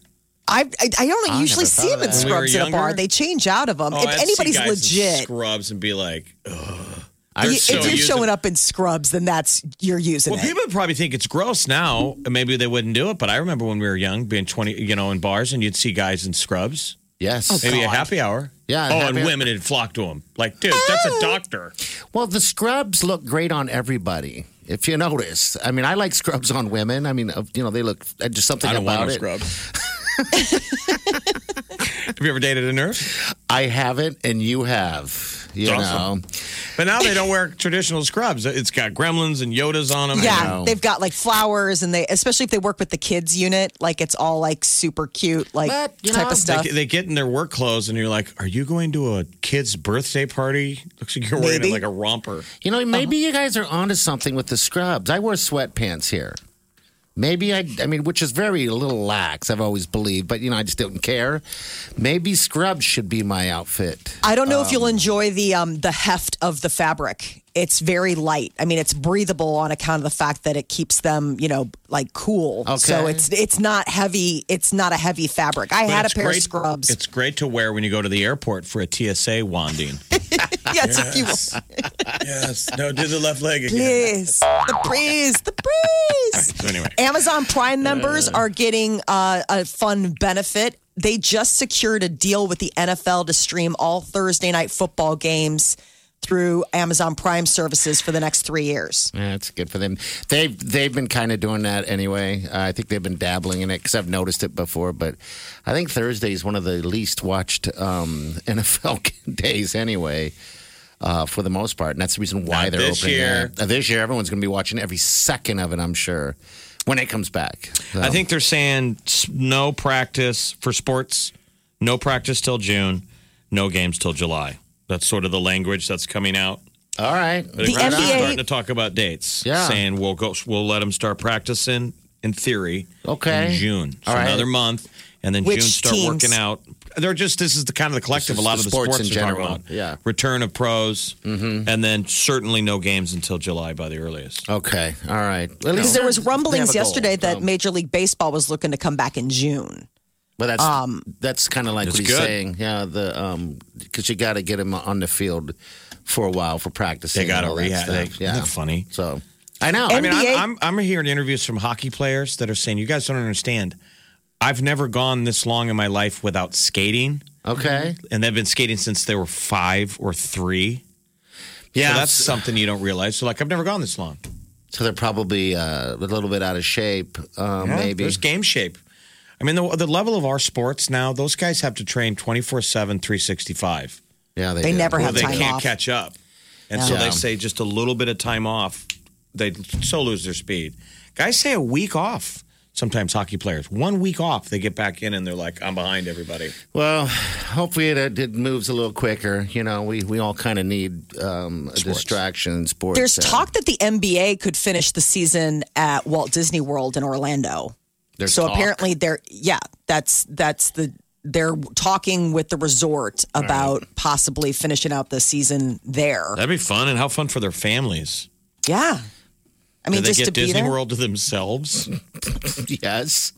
[SPEAKER 3] I I, I don't
[SPEAKER 5] I
[SPEAKER 3] usually
[SPEAKER 5] never
[SPEAKER 3] see
[SPEAKER 5] thought
[SPEAKER 3] them
[SPEAKER 5] of
[SPEAKER 3] in
[SPEAKER 5] that.
[SPEAKER 4] When we were
[SPEAKER 3] scrubs at a bar.
[SPEAKER 4] younger?
[SPEAKER 3] They change out of them.
[SPEAKER 4] Oh, I'd
[SPEAKER 3] if
[SPEAKER 4] see
[SPEAKER 3] anybody's
[SPEAKER 4] guys in
[SPEAKER 3] legit,
[SPEAKER 4] scrubs and be like, "Ugh."
[SPEAKER 5] I
[SPEAKER 3] y-
[SPEAKER 4] so
[SPEAKER 3] if you're
[SPEAKER 4] used
[SPEAKER 3] showing up in scrubs, then that's you're using
[SPEAKER 4] well,
[SPEAKER 3] it.
[SPEAKER 4] people probably think it's gross now. and Maybe they wouldn't do it, but I remember when we were young, being twenty, you know, in bars, and you'd see guys in scrubs,
[SPEAKER 5] Yes.
[SPEAKER 4] maybe a happy hour.
[SPEAKER 5] Yeah,
[SPEAKER 4] Oh,
[SPEAKER 5] happy-
[SPEAKER 4] and women had flocked to him. Like, dude, that's a doctor.
[SPEAKER 5] Well, the scrubs look great on everybody. If you notice, I mean, I like scrubs on women. I mean, uh, you know, they look uh, just something
[SPEAKER 4] I don't want
[SPEAKER 5] about
[SPEAKER 4] no
[SPEAKER 5] it.
[SPEAKER 4] scrubs. Have you ever dated a nurse?
[SPEAKER 5] I haven't, and you have. You
[SPEAKER 4] Awesome.
[SPEAKER 5] know,
[SPEAKER 4] But now they don't wear traditional scrubs. It's got gremlins and Yodas on them.
[SPEAKER 3] yeah,
[SPEAKER 5] know.
[SPEAKER 3] they've got like flowers, and they especially if they work with the kids unit, like it's all like super cute, like
[SPEAKER 5] But, you
[SPEAKER 3] type
[SPEAKER 5] know,
[SPEAKER 3] of
[SPEAKER 4] They,
[SPEAKER 3] stuff.
[SPEAKER 4] they get in their work clothes, and you're like, "Are you going to a kid's birthday party? Looks like you're wearing
[SPEAKER 3] Maybe.
[SPEAKER 4] like a romper."
[SPEAKER 5] you know, maybe you guys are onto something with the scrubs. I wear sweatpants here. Maybe I, I mean, which is very a little lax. I've always believed, but you know, I just didn't care. Maybe scrubs should be my outfit.
[SPEAKER 3] I don't know if you'll enjoy the um the heft of the fabric. It's very light. I mean, it's breathable on account of the fact that it keeps them, you know, like cool. So
[SPEAKER 5] Okay.
[SPEAKER 3] it's it's not heavy. It's not a heavy fabric. I
[SPEAKER 4] But
[SPEAKER 3] had a
[SPEAKER 4] it's
[SPEAKER 3] pair
[SPEAKER 4] great-
[SPEAKER 3] of scrubs.
[SPEAKER 4] It's great to wear when you go to the airport for a TSA wanding.
[SPEAKER 3] yes, if you will.
[SPEAKER 4] yes. No, do the left leg
[SPEAKER 3] Please, the breeze, the breeze.
[SPEAKER 4] So anyway.
[SPEAKER 3] Amazon Prime members are getting uh, a fun benefit. They just secured a deal with the NFL to stream all Thursday night football games through Amazon Prime services for the next three years.
[SPEAKER 5] Yeah, it's good for them. They've they've been kind of doing that anyway. Uh, I think they've been dabbling in it because I've noticed it before. But I think Thursday is one of the least watched um, NFL days anyway, uh, for the most part, and that's the reason why
[SPEAKER 4] Not
[SPEAKER 5] they're
[SPEAKER 4] this
[SPEAKER 5] opening
[SPEAKER 4] year.
[SPEAKER 5] that. Uh, this year, everyone's going to be watching every second of it. I'm sure. when it comes back. So-
[SPEAKER 4] I think they're saying s- no practice for sports, no practice till June, no games till July. That's sort of the language that's coming out.
[SPEAKER 5] All right.
[SPEAKER 4] But
[SPEAKER 3] The
[SPEAKER 4] if they're
[SPEAKER 3] NBA
[SPEAKER 4] starting to talk about dates.
[SPEAKER 5] Yeah.
[SPEAKER 4] saying we'll go, we'll let them start practicing in theory.
[SPEAKER 5] Okay.
[SPEAKER 4] in June, so
[SPEAKER 5] All right.
[SPEAKER 4] another month, and then
[SPEAKER 3] Which
[SPEAKER 4] June start
[SPEAKER 3] teams?
[SPEAKER 4] working out. They're just this is the kind of the collective.
[SPEAKER 5] This
[SPEAKER 4] A
[SPEAKER 5] is
[SPEAKER 4] lot
[SPEAKER 5] the
[SPEAKER 4] of the
[SPEAKER 5] sports
[SPEAKER 4] sports,
[SPEAKER 5] in
[SPEAKER 4] are talking
[SPEAKER 5] general,
[SPEAKER 4] about.
[SPEAKER 5] yeah. Mm-hmm.
[SPEAKER 4] return of pros, and then certainly no games until July by the earliest.
[SPEAKER 5] Okay. All right. At
[SPEAKER 3] Because
[SPEAKER 5] least
[SPEAKER 3] there was rumblings
[SPEAKER 5] They have a goal, Um,
[SPEAKER 3] yesterday that
[SPEAKER 5] so-
[SPEAKER 3] Major League Baseball was looking to come back in June.
[SPEAKER 5] But that's
[SPEAKER 3] Um,
[SPEAKER 5] that's kind of like what
[SPEAKER 4] That's
[SPEAKER 5] he's
[SPEAKER 4] good.
[SPEAKER 5] saying. Yeah, the um, because you got to get him on the field for a while for practicing.
[SPEAKER 4] They got to
[SPEAKER 5] and all that
[SPEAKER 4] rehab.
[SPEAKER 5] stuff.
[SPEAKER 4] They,
[SPEAKER 5] Yeah,
[SPEAKER 4] Isn't that funny.
[SPEAKER 5] So I know.
[SPEAKER 4] I mean,
[SPEAKER 3] NBA
[SPEAKER 4] I'm, I'm, I'm hearing interviews from hockey players that are saying, "You guys don't understand. I've never gone this long in my life without skating,
[SPEAKER 5] okay.
[SPEAKER 4] and they've been skating since they were five or three.
[SPEAKER 5] Yeah.
[SPEAKER 4] so
[SPEAKER 5] So,
[SPEAKER 4] that's something you don't realize. So, like, I've never gone this long.
[SPEAKER 5] they're probably uh, a little bit out of shape. Um,
[SPEAKER 4] Yeah,
[SPEAKER 5] maybe.
[SPEAKER 4] There's game shape. I mean, the, the level of our sports now, those guys have to train 24 7, 365.
[SPEAKER 5] yeah. They,
[SPEAKER 3] They
[SPEAKER 5] do.
[SPEAKER 3] never
[SPEAKER 4] Or
[SPEAKER 3] have
[SPEAKER 4] they
[SPEAKER 3] time
[SPEAKER 4] can't
[SPEAKER 3] off.
[SPEAKER 4] catch up. And so
[SPEAKER 5] Yeah.
[SPEAKER 4] they say just a little bit of time off, they so lose their speed. Guys say a week off. Sometimes hockey players, one week off, they get back in and they're like, I'm behind everybody.
[SPEAKER 5] Well, hopefully it, uh, it moves a little quicker. You know, we we all kind of need um, a distraction in sports.
[SPEAKER 3] There's
[SPEAKER 5] and
[SPEAKER 3] talk that the NBA could finish the season at Walt Disney World in Orlando.
[SPEAKER 5] There's
[SPEAKER 3] so
[SPEAKER 5] talk.
[SPEAKER 3] apparently they're yeah, that's that's the they're talking with the resort about possibly finishing out the season there.
[SPEAKER 4] That'd be fun. And how fun for their families.
[SPEAKER 3] Yeah. I mean,
[SPEAKER 4] Do they
[SPEAKER 3] just to
[SPEAKER 4] get
[SPEAKER 3] be
[SPEAKER 4] Disney
[SPEAKER 3] there
[SPEAKER 4] World to themselves?
[SPEAKER 5] yes.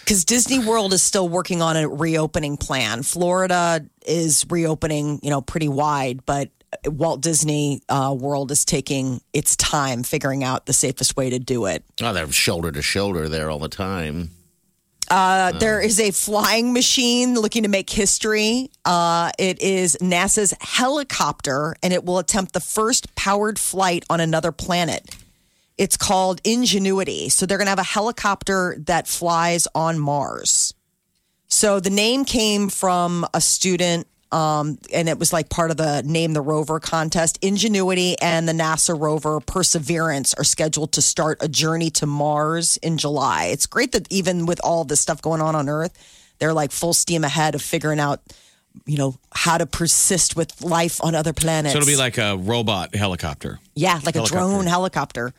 [SPEAKER 3] because Disney World is still working on a reopening plan. Florida is reopening, you know, pretty wide, but Walt Disney uh, World is taking its time figuring out the safest way to do it.
[SPEAKER 5] Oh, they're shoulder to shoulder there all the time.
[SPEAKER 3] Uh, there is a flying machine looking to make history. Uh, it is NASA's helicopter, and it will attempt the first powered flight on another planet. It's called Ingenuity. So they're going to have a helicopter that flies on Mars. So the name came from a student, um, and it was like part of the Name the Rover contest. Ingenuity and the NASA rover Perseverance are scheduled to start a journey to Mars in July. It's great that even with all this stuff going on on Earth, they're like full steam ahead of figuring out, you know, how to persist with life on other planets.
[SPEAKER 4] So it'll be like a robot helicopter.
[SPEAKER 3] Yeah, like a
[SPEAKER 4] Helicopter.
[SPEAKER 3] drone helicopter.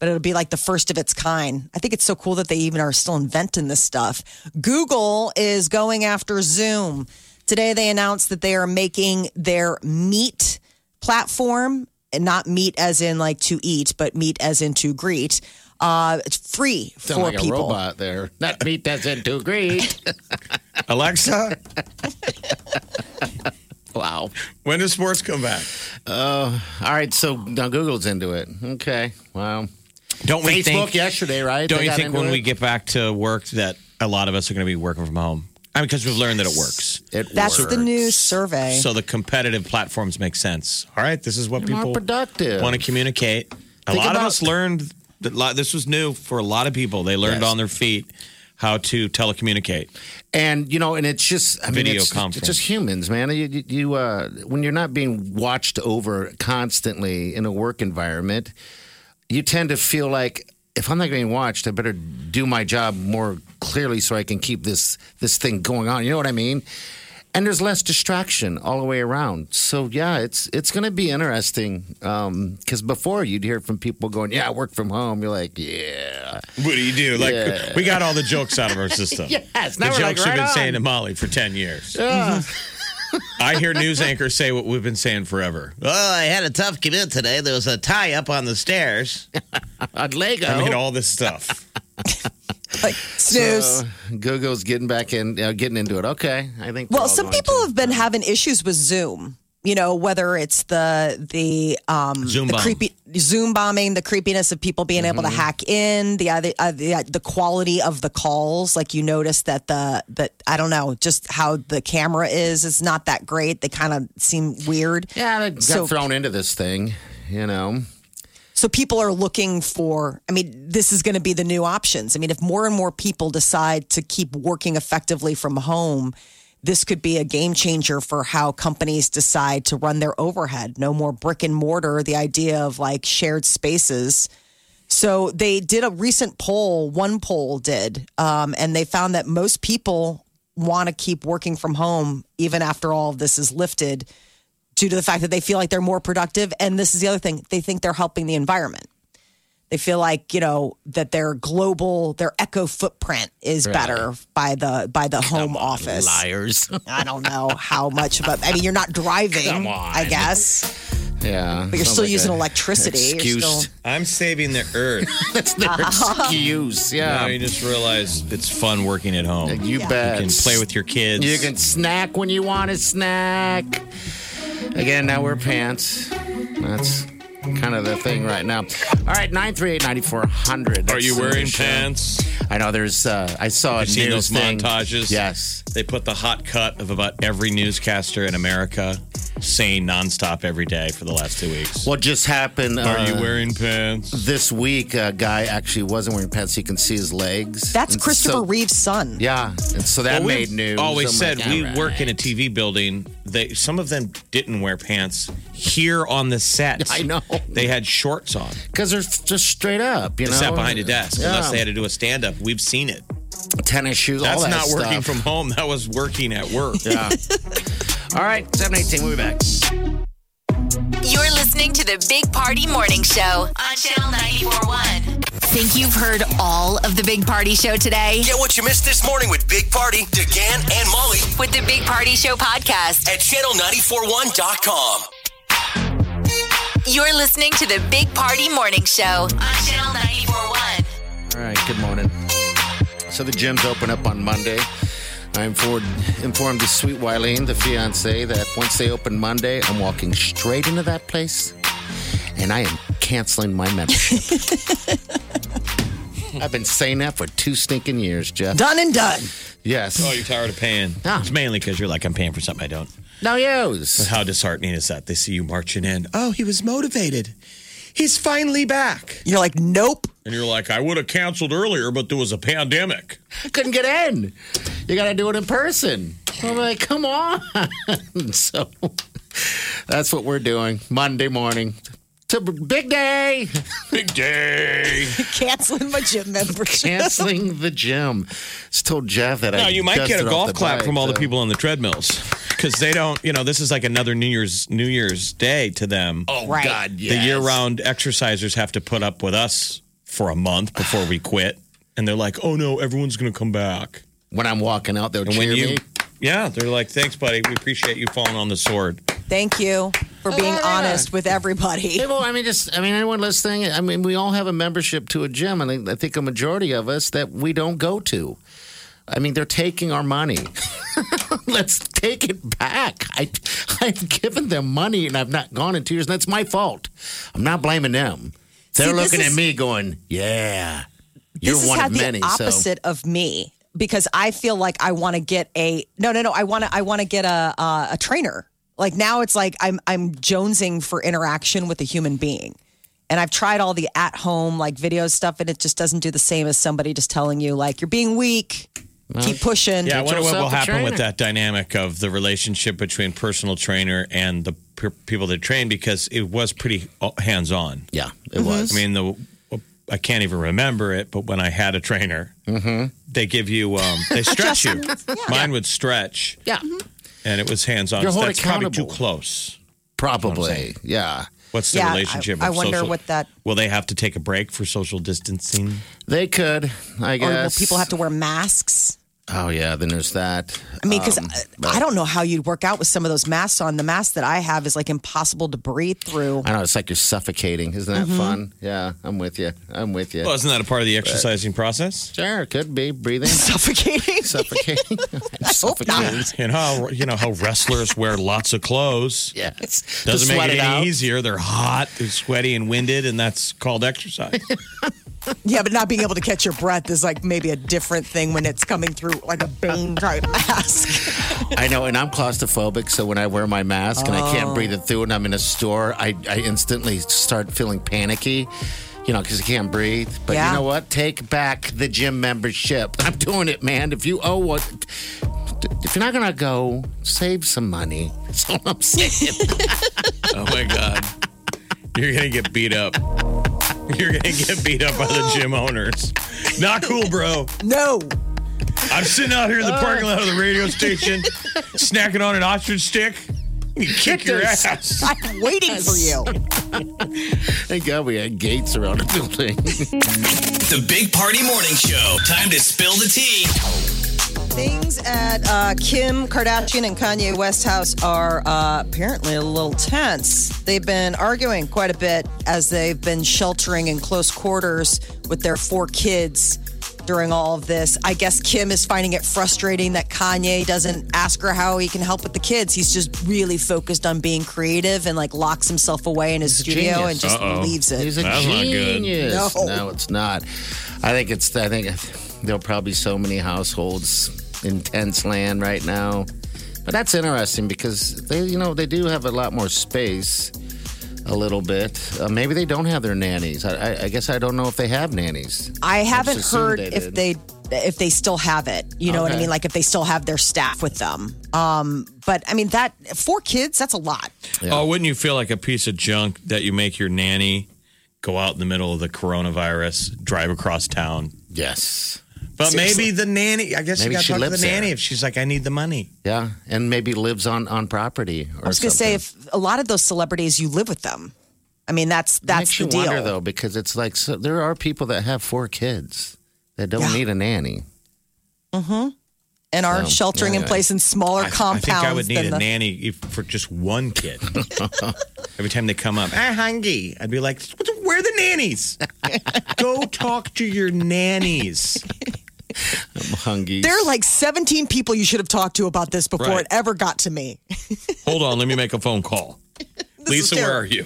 [SPEAKER 3] But it'll be like the first of its kind. I think it's so cool that they even are still inventing this stuff. Google is going after Zoom. Today they announced that they are making their meet platform, and not meet as in like to eat, but meet as in to greet. Uh, it's free
[SPEAKER 5] Sound
[SPEAKER 3] for
[SPEAKER 5] like
[SPEAKER 3] people.
[SPEAKER 5] a robot there. Not meat that's into greed.
[SPEAKER 4] Alexa,
[SPEAKER 5] wow.
[SPEAKER 4] when does sports come back?
[SPEAKER 5] All right, so now Google's into it. Okay, wow.
[SPEAKER 4] Don't we
[SPEAKER 5] Facebook
[SPEAKER 4] think?
[SPEAKER 5] yesterday, right?
[SPEAKER 4] Don't
[SPEAKER 5] They
[SPEAKER 4] you
[SPEAKER 5] got
[SPEAKER 4] think
[SPEAKER 5] into
[SPEAKER 4] when
[SPEAKER 5] it?
[SPEAKER 4] we get back to work that a lot of us are going to be working from home? I mean, because we've learned that it works.
[SPEAKER 5] it
[SPEAKER 3] That's
[SPEAKER 5] works.
[SPEAKER 3] the new survey.
[SPEAKER 4] So the competitive platforms make sense. All right, this is what
[SPEAKER 5] More
[SPEAKER 4] people
[SPEAKER 5] productive.
[SPEAKER 4] want to communicate. A
[SPEAKER 5] Think
[SPEAKER 4] lot of
[SPEAKER 5] about-
[SPEAKER 4] us learned that li- this was new for a lot of people. They learned
[SPEAKER 5] Yes.
[SPEAKER 4] on their feet how to telecommunicate.
[SPEAKER 5] and you know, and it's just I mean,
[SPEAKER 4] Video
[SPEAKER 5] it's,
[SPEAKER 4] conference.
[SPEAKER 5] it's just humans, man. You, you- you uh, when you're not being watched over constantly in a work environment, you tend to feel like if I'm not being watched, I better do my job more clearly so I can keep this this thing going on. You know what I mean? And there's less distraction all the way around. So yeah, it's it's going to be interesting because before you'd hear from people going, "Yeah, I work from home." You're like, "Yeah."
[SPEAKER 4] What do you do? Like
[SPEAKER 5] Yeah.
[SPEAKER 4] we got all the jokes out of our system.
[SPEAKER 5] Yes,
[SPEAKER 4] the
[SPEAKER 5] now we're like,
[SPEAKER 4] jokes you've
[SPEAKER 5] right
[SPEAKER 4] been
[SPEAKER 5] on.
[SPEAKER 4] saying to Molly for ten years. I hear news anchors say what we've been saying forever. Well, I had a tough commute today. There was a tie up on the stairs. Oh.
[SPEAKER 5] On Lego.
[SPEAKER 4] I mean, all this stuff.
[SPEAKER 3] like, snooze.
[SPEAKER 5] Google's getting back in, uh, getting into it. Okay, I think. we're
[SPEAKER 3] Well,
[SPEAKER 5] all
[SPEAKER 3] some
[SPEAKER 5] going
[SPEAKER 3] people
[SPEAKER 5] to.
[SPEAKER 3] have been having issues with Zoom. You know, whether it's the the um
[SPEAKER 4] Zoom
[SPEAKER 3] the
[SPEAKER 4] bomb. Mm-hmm.
[SPEAKER 3] creepy Zoom bombing, the creepiness of people being able to hack in, the other uh, the, uh, the quality of the calls. Like you notice that the that I don't know, just how the camera is is not that great. They kind of seem weird.
[SPEAKER 5] Yeah, they got
[SPEAKER 3] So-
[SPEAKER 5] thrown into this thing, you know.
[SPEAKER 3] So people are looking for, I mean, this is going to be the new options. I mean, if more and more people decide to keep working effectively from home, this could be a game changer for how companies decide to run their overhead. No more brick and mortar, the idea of like shared spaces. So they did a recent poll, one poll did, um, and they found that most people want to keep working from home even after all of this is lifted due to the fact that they feel like they're more productive. And this is the other thing they think they're helping the environment. They feel like you know that their global, their eco footprint is better by the by the home office.
[SPEAKER 5] Liars.
[SPEAKER 3] I don't know how much, but I mean, you're not driving.
[SPEAKER 5] Come on.
[SPEAKER 3] I guess
[SPEAKER 5] yeah.
[SPEAKER 3] But you're
[SPEAKER 5] sounds
[SPEAKER 3] still
[SPEAKER 5] like
[SPEAKER 3] using
[SPEAKER 5] a
[SPEAKER 3] electricity. You're
[SPEAKER 5] Excuse.
[SPEAKER 3] still- Uh-huh.
[SPEAKER 4] I'm saving the earth.
[SPEAKER 5] That's their excuse.
[SPEAKER 4] Now
[SPEAKER 5] Yeah.
[SPEAKER 4] you just realize it's fun working at home.
[SPEAKER 5] You bet.
[SPEAKER 4] You can play with your kids.
[SPEAKER 5] You can snack when you want to snack. Again, now wear pants. That's kind of the thing right now. All right, 938-9400.
[SPEAKER 4] Are
[SPEAKER 5] That's
[SPEAKER 4] you
[SPEAKER 5] the
[SPEAKER 4] wearing
[SPEAKER 5] show.
[SPEAKER 4] pants?
[SPEAKER 5] I know there's, uh, I saw a
[SPEAKER 4] See
[SPEAKER 5] news
[SPEAKER 4] those
[SPEAKER 5] thing.
[SPEAKER 4] montages?
[SPEAKER 5] Yes.
[SPEAKER 4] They put the hot cut of about every newscaster in America saying nonstop every day for the last two weeks.
[SPEAKER 5] What just happened
[SPEAKER 4] Are
[SPEAKER 5] uh,
[SPEAKER 4] you wearing pants?
[SPEAKER 5] this week, a guy actually wasn't wearing pants. You can see his legs.
[SPEAKER 3] that's
[SPEAKER 5] And
[SPEAKER 3] Christopher
[SPEAKER 5] so-
[SPEAKER 3] Reeve's son.
[SPEAKER 5] Yeah, and so that
[SPEAKER 4] Well, we've
[SPEAKER 5] made news.
[SPEAKER 4] Always
[SPEAKER 5] I'm
[SPEAKER 4] said
[SPEAKER 5] like,
[SPEAKER 4] we
[SPEAKER 5] all right.
[SPEAKER 4] work in a TV building. They some of them didn't wear pants here on the set.
[SPEAKER 5] I know.
[SPEAKER 4] they had shorts on.
[SPEAKER 5] because they're just straight up. You
[SPEAKER 4] They
[SPEAKER 5] know,
[SPEAKER 4] sat behind a desk
[SPEAKER 5] Yeah.
[SPEAKER 4] unless they had to do a stand up. We've seen it.
[SPEAKER 5] tennis shoes.
[SPEAKER 4] That's
[SPEAKER 5] all that
[SPEAKER 4] not working
[SPEAKER 5] stuff.
[SPEAKER 4] from home. That was working at work.
[SPEAKER 5] Yeah. All right, 718, we'll be back.
[SPEAKER 2] You're listening to the Big Party Morning Show on Channel 941. Think you've heard all of the Big Party Show today?
[SPEAKER 1] Get what you missed this morning with Big Party, DeGan and Molly
[SPEAKER 2] With the Big Party Show podcast,
[SPEAKER 1] at channel941.com.
[SPEAKER 2] you're listening to the Big Party Morning Show on Channel 941.
[SPEAKER 5] All right, good morning. So the gyms open up on Monday. I informed, informed the sweet Wileen, the fiance, that once they open Monday, I'm walking straight into that place and I am canceling my membership. I've been saying that for two stinking years, Jeff.
[SPEAKER 3] Done and done.
[SPEAKER 5] Yes.
[SPEAKER 4] Oh, you're tired of paying.
[SPEAKER 5] Ah.
[SPEAKER 4] It's mainly because you're like, I'm paying for something I don't.
[SPEAKER 5] No use.
[SPEAKER 4] How disheartening is that? They see you marching in. Oh, he was motivated. He's finally back.
[SPEAKER 3] You're like, nope.
[SPEAKER 4] And you're like, I would have canceled earlier, but there was a pandemic.
[SPEAKER 5] Couldn't get in. You got to do it in person. I'm like, come on. so that's what we're doing Monday morning. It's a big day.
[SPEAKER 4] Big day.
[SPEAKER 3] Canceling my gym membership.
[SPEAKER 5] canceling the gym. Just told Jeff that I.
[SPEAKER 4] Now you might
[SPEAKER 5] dusted
[SPEAKER 4] get a
[SPEAKER 5] off
[SPEAKER 4] golf
[SPEAKER 5] the
[SPEAKER 4] clap
[SPEAKER 5] bike,
[SPEAKER 4] from all the
[SPEAKER 5] so-
[SPEAKER 4] people on the treadmills because they don't. You know, this is like another New Year's New Year's Day to them.
[SPEAKER 5] Oh
[SPEAKER 3] Right.
[SPEAKER 5] God!
[SPEAKER 4] the
[SPEAKER 5] Yes.
[SPEAKER 4] year-round exercisers have to put up with us for a month before we quit, and they're like, "Oh no, everyone's going to come back."
[SPEAKER 5] When I'm walking out, they'll
[SPEAKER 4] And
[SPEAKER 5] cheer
[SPEAKER 4] when you,
[SPEAKER 5] me.
[SPEAKER 4] yeah, they're like, "Thanks, buddy. We appreciate you falling on the sword."
[SPEAKER 3] Thank you for being honest with everybody.
[SPEAKER 5] People, I mean, just I mean, anyone listening. I mean, we all have a membership to a gym, and I, I think a majority of us that we don't go to. I mean, they're taking our money. Let's take it back. I, I've given them money, and I've not gone in two years, and that's my fault. I'm not blaming them. They're
[SPEAKER 3] See, this
[SPEAKER 5] looking
[SPEAKER 3] is-
[SPEAKER 5] at me, going, "Yeah, you're
[SPEAKER 3] This is
[SPEAKER 5] one
[SPEAKER 3] how
[SPEAKER 5] of
[SPEAKER 3] the
[SPEAKER 5] many." so.
[SPEAKER 3] opposite of me because I feel like I want to get a no, no, no. I want to I want to get a uh, a trainer. Like now, it's like I'm I'm jonesing for interaction with a human being. And I've tried all the at home like video stuff, and it just doesn't do the same as somebody just telling you like you're being weak, keep pushing.
[SPEAKER 4] Yeah, I wonder what
[SPEAKER 5] yourself
[SPEAKER 4] will
[SPEAKER 5] a
[SPEAKER 4] happen with
[SPEAKER 5] trainer.
[SPEAKER 4] that dynamic of the relationship between personal trainer and the p- people that train because it was pretty uh, hands-on.
[SPEAKER 5] Yeah,
[SPEAKER 3] Mm-hmm.
[SPEAKER 5] it was.
[SPEAKER 4] I mean, the I can't even remember it, but when I had a trainer,
[SPEAKER 5] Mm-hmm.
[SPEAKER 4] they give you um, they stretch you. Mine would stretch,
[SPEAKER 5] yeah.
[SPEAKER 4] and it was hands on.
[SPEAKER 5] You're held
[SPEAKER 4] That's probably too
[SPEAKER 5] accountable.
[SPEAKER 4] close.
[SPEAKER 5] Probably. Yeah.
[SPEAKER 4] What's the
[SPEAKER 3] Yeah, I-
[SPEAKER 4] relationship?
[SPEAKER 3] I
[SPEAKER 4] of
[SPEAKER 3] wonder
[SPEAKER 4] social-
[SPEAKER 3] what that-
[SPEAKER 4] Will they have to take a break for social distancing?
[SPEAKER 5] They could, I
[SPEAKER 3] Or
[SPEAKER 5] guess.
[SPEAKER 3] will people have to wear masks?
[SPEAKER 5] Oh, yeah. Then there's that. Um,
[SPEAKER 3] I mean, because I, I don't know how you'd work out with some of those masks on. The mask that I have is like impossible to breathe through.
[SPEAKER 5] I know. It's like you're suffocating. Isn't that fun? Yeah. I'm with you. I'm with you.
[SPEAKER 4] Well, isn't that a part of the exercising process?
[SPEAKER 5] sure. Could be. Breathing.
[SPEAKER 3] Suffocating.
[SPEAKER 5] suffocating. suffocating.
[SPEAKER 4] You know, how, you know how wrestlers wear lots of clothes.
[SPEAKER 5] Yes. To
[SPEAKER 4] Doesn't make
[SPEAKER 5] sweat
[SPEAKER 4] it, any
[SPEAKER 5] out.
[SPEAKER 4] easier. They're hot, they're sweaty and winded, and that's called exercise.
[SPEAKER 3] Yeah, but not being able to catch your breath is like maybe a different thing when it's coming through like a bane type mask.
[SPEAKER 5] I know, and I'm claustrophobic, so when I wear my mask and I can't breathe it through, and I'm in a store, I, I instantly start feeling panicky, you know, because I can't breathe. But
[SPEAKER 3] Yeah.
[SPEAKER 5] you know what? Take back the gym membership. I'm doing it, man. If you owe what, if you're not gonna go, save some money. That's all I'm saying.
[SPEAKER 4] oh my god, you're gonna get beat up. You're going to get beat up by the gym owners. Not cool, bro.
[SPEAKER 3] No.
[SPEAKER 4] I'm sitting out here in the parking lot of the radio station, snacking on an ostrich stick. You kick your
[SPEAKER 5] Goodness.
[SPEAKER 4] ass.
[SPEAKER 3] I'm waiting for you.
[SPEAKER 5] Thank God we had gates around the building.
[SPEAKER 1] The Big Party Morning Show. Time to spill the tea.
[SPEAKER 3] Things at uh, Kim Kardashian and Kanye West house are uh, apparently a little tense. They've been arguing quite a bit as they've been sheltering in close quarters with their four kids during all of this. I guess Kim is finding it frustrating that Kanye doesn't ask her how he can help with the kids. He's just really focused on being creative and like locks himself away in his studio
[SPEAKER 5] genius.
[SPEAKER 3] and just
[SPEAKER 4] Uh-oh.
[SPEAKER 3] leaves it.
[SPEAKER 5] He's a
[SPEAKER 4] That's not good.
[SPEAKER 5] genius.
[SPEAKER 3] No.
[SPEAKER 5] it's not. I think it's. I think there'll probably be so many households in tense land right now. But that's interesting because they, you know, they do have a lot more space. A little bit. Uh, maybe they don't have their nannies. I, I, I guess I don't know if they have nannies.
[SPEAKER 3] I haven't
[SPEAKER 5] just
[SPEAKER 3] heard
[SPEAKER 5] assumed
[SPEAKER 3] if
[SPEAKER 5] they
[SPEAKER 3] they if they still have it. You know what I
[SPEAKER 5] Okay.
[SPEAKER 3] mean? Like if they still have their staff with them. Um, but I mean that four kids, that's a lot.
[SPEAKER 4] Oh, wouldn't you feel like a piece of junk that you make your nanny go out in the middle of the coronavirus, drive across town?
[SPEAKER 5] Yes.
[SPEAKER 4] But maybe the nanny, I guess
[SPEAKER 5] Maybe
[SPEAKER 4] you got
[SPEAKER 5] she
[SPEAKER 4] to talk to the
[SPEAKER 5] lives there.
[SPEAKER 4] nanny if she's like, I need the money.
[SPEAKER 5] Yeah, and maybe lives on on property. Or
[SPEAKER 3] I was going to say
[SPEAKER 5] something.
[SPEAKER 3] if a lot of those celebrities, you live with them. I mean that's that's
[SPEAKER 5] makes
[SPEAKER 3] the
[SPEAKER 5] you
[SPEAKER 3] deal.
[SPEAKER 5] wonder though because it's like so there are people that have four kids that don't
[SPEAKER 3] Yeah.
[SPEAKER 5] need a nanny.
[SPEAKER 3] and are
[SPEAKER 5] So,
[SPEAKER 3] sheltering in
[SPEAKER 5] anyway.
[SPEAKER 3] place in smaller
[SPEAKER 4] I
[SPEAKER 3] compounds.
[SPEAKER 4] think I would need
[SPEAKER 3] than
[SPEAKER 4] a
[SPEAKER 3] the-
[SPEAKER 4] nanny if, for just one kid. Every time they come up, I'm hungry. I'd be like, where are the nannies? Go talk to your nannies.
[SPEAKER 5] Hungies.
[SPEAKER 3] there are like 17 people you should have talked to about this before
[SPEAKER 4] Right.
[SPEAKER 3] it ever got to me.
[SPEAKER 4] Hold on, let me make a phone call. Lisa, where are you?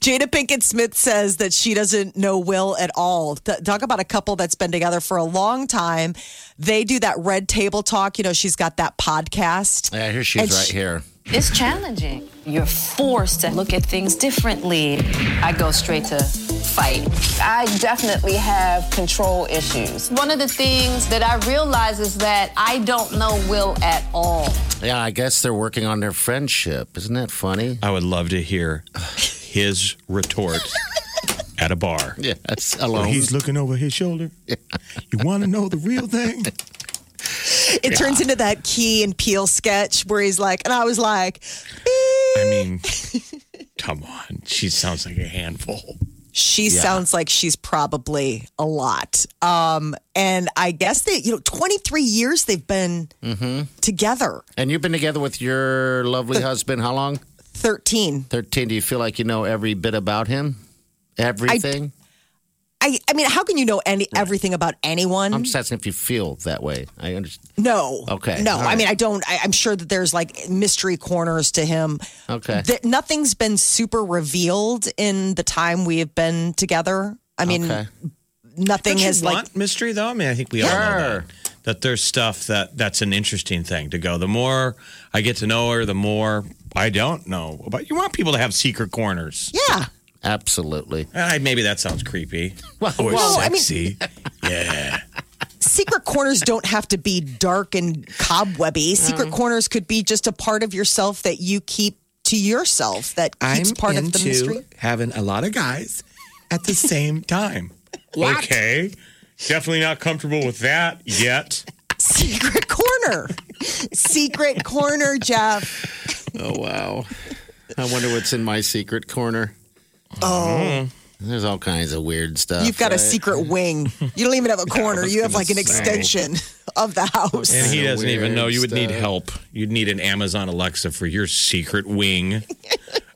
[SPEAKER 3] Jada Pinkett Smith says that she doesn't know Will at all. Th- talk about a couple that's been together for a long time. They do that red table talk. You know, she's got that podcast.
[SPEAKER 5] yeah, here she's
[SPEAKER 3] and
[SPEAKER 5] right
[SPEAKER 3] she-
[SPEAKER 5] here.
[SPEAKER 7] It's challenging. You're forced to look at things differently. I go straight to fight. I definitely have control issues. One of the things that I realize is that I don't know Will at all.
[SPEAKER 5] Yeah, I guess they're working on their friendship. Isn't that funny?
[SPEAKER 4] I would love to hear his retort at a bar.
[SPEAKER 5] Yes, alone.
[SPEAKER 4] looking over his shoulder. You want to know the real thing?
[SPEAKER 3] It turns into that Key and Peel sketch where he's like, and I was like,
[SPEAKER 4] I mean, come on. She sounds like a handful.
[SPEAKER 3] she sounds like she's probably a lot. Um, and I guess that you know, 23 years they've been
[SPEAKER 5] Mm-hmm.
[SPEAKER 3] together.
[SPEAKER 5] and you've been together with your lovely husband how long?
[SPEAKER 3] 13.
[SPEAKER 5] Thirteen. Do you feel like you know every bit about him? Everything?
[SPEAKER 3] I, I mean, how can you know any everything about anyone?
[SPEAKER 5] I, am just asking if you feel that way. I understand.
[SPEAKER 3] No.
[SPEAKER 5] Okay.
[SPEAKER 3] No,
[SPEAKER 5] All
[SPEAKER 3] I
[SPEAKER 5] right.
[SPEAKER 3] mean, I don't. I, I'm sure that there's like mystery corners to him.
[SPEAKER 5] Okay.
[SPEAKER 3] That nothing's been super revealed in the time we have been together. I mean,
[SPEAKER 5] okay.
[SPEAKER 3] nothing
[SPEAKER 4] Don't you
[SPEAKER 3] has like.
[SPEAKER 4] want mystery though? I mean, I think we all know that. That there's stuff that that's an interesting thing to go. The more I get to know her, the more I don't know. But you want people to have secret corners.
[SPEAKER 3] Yeah.
[SPEAKER 5] Absolutely.
[SPEAKER 4] Ah, maybe that sounds creepy. Well, or
[SPEAKER 3] well, I mean-
[SPEAKER 4] sexy. yeah.
[SPEAKER 3] Secret corners don't have to be dark and cobwebby.
[SPEAKER 5] Mm-hmm.
[SPEAKER 3] Secret corners could be just a part of yourself that you keep to yourself that keeps part of the mystery.
[SPEAKER 4] having a lot of guys at the same time. Okay. Definitely not comfortable with that yet.
[SPEAKER 3] Secret corner. Secret corner, Jeff.
[SPEAKER 5] Oh wow. I wonder what's in my secret corner. Oh. There's all kinds of weird stuff.
[SPEAKER 3] Oh, You've got a
[SPEAKER 5] right?
[SPEAKER 3] secret wing. You don't even have a corner.
[SPEAKER 4] was
[SPEAKER 3] You have
[SPEAKER 4] gonna
[SPEAKER 3] like an
[SPEAKER 4] say.
[SPEAKER 3] extension of the house.
[SPEAKER 4] And he
[SPEAKER 5] Kinda
[SPEAKER 4] doesn't even know.
[SPEAKER 5] weird
[SPEAKER 4] You would need
[SPEAKER 5] stuff.
[SPEAKER 4] help. You'd need an Amazon Alexa for your secret wing.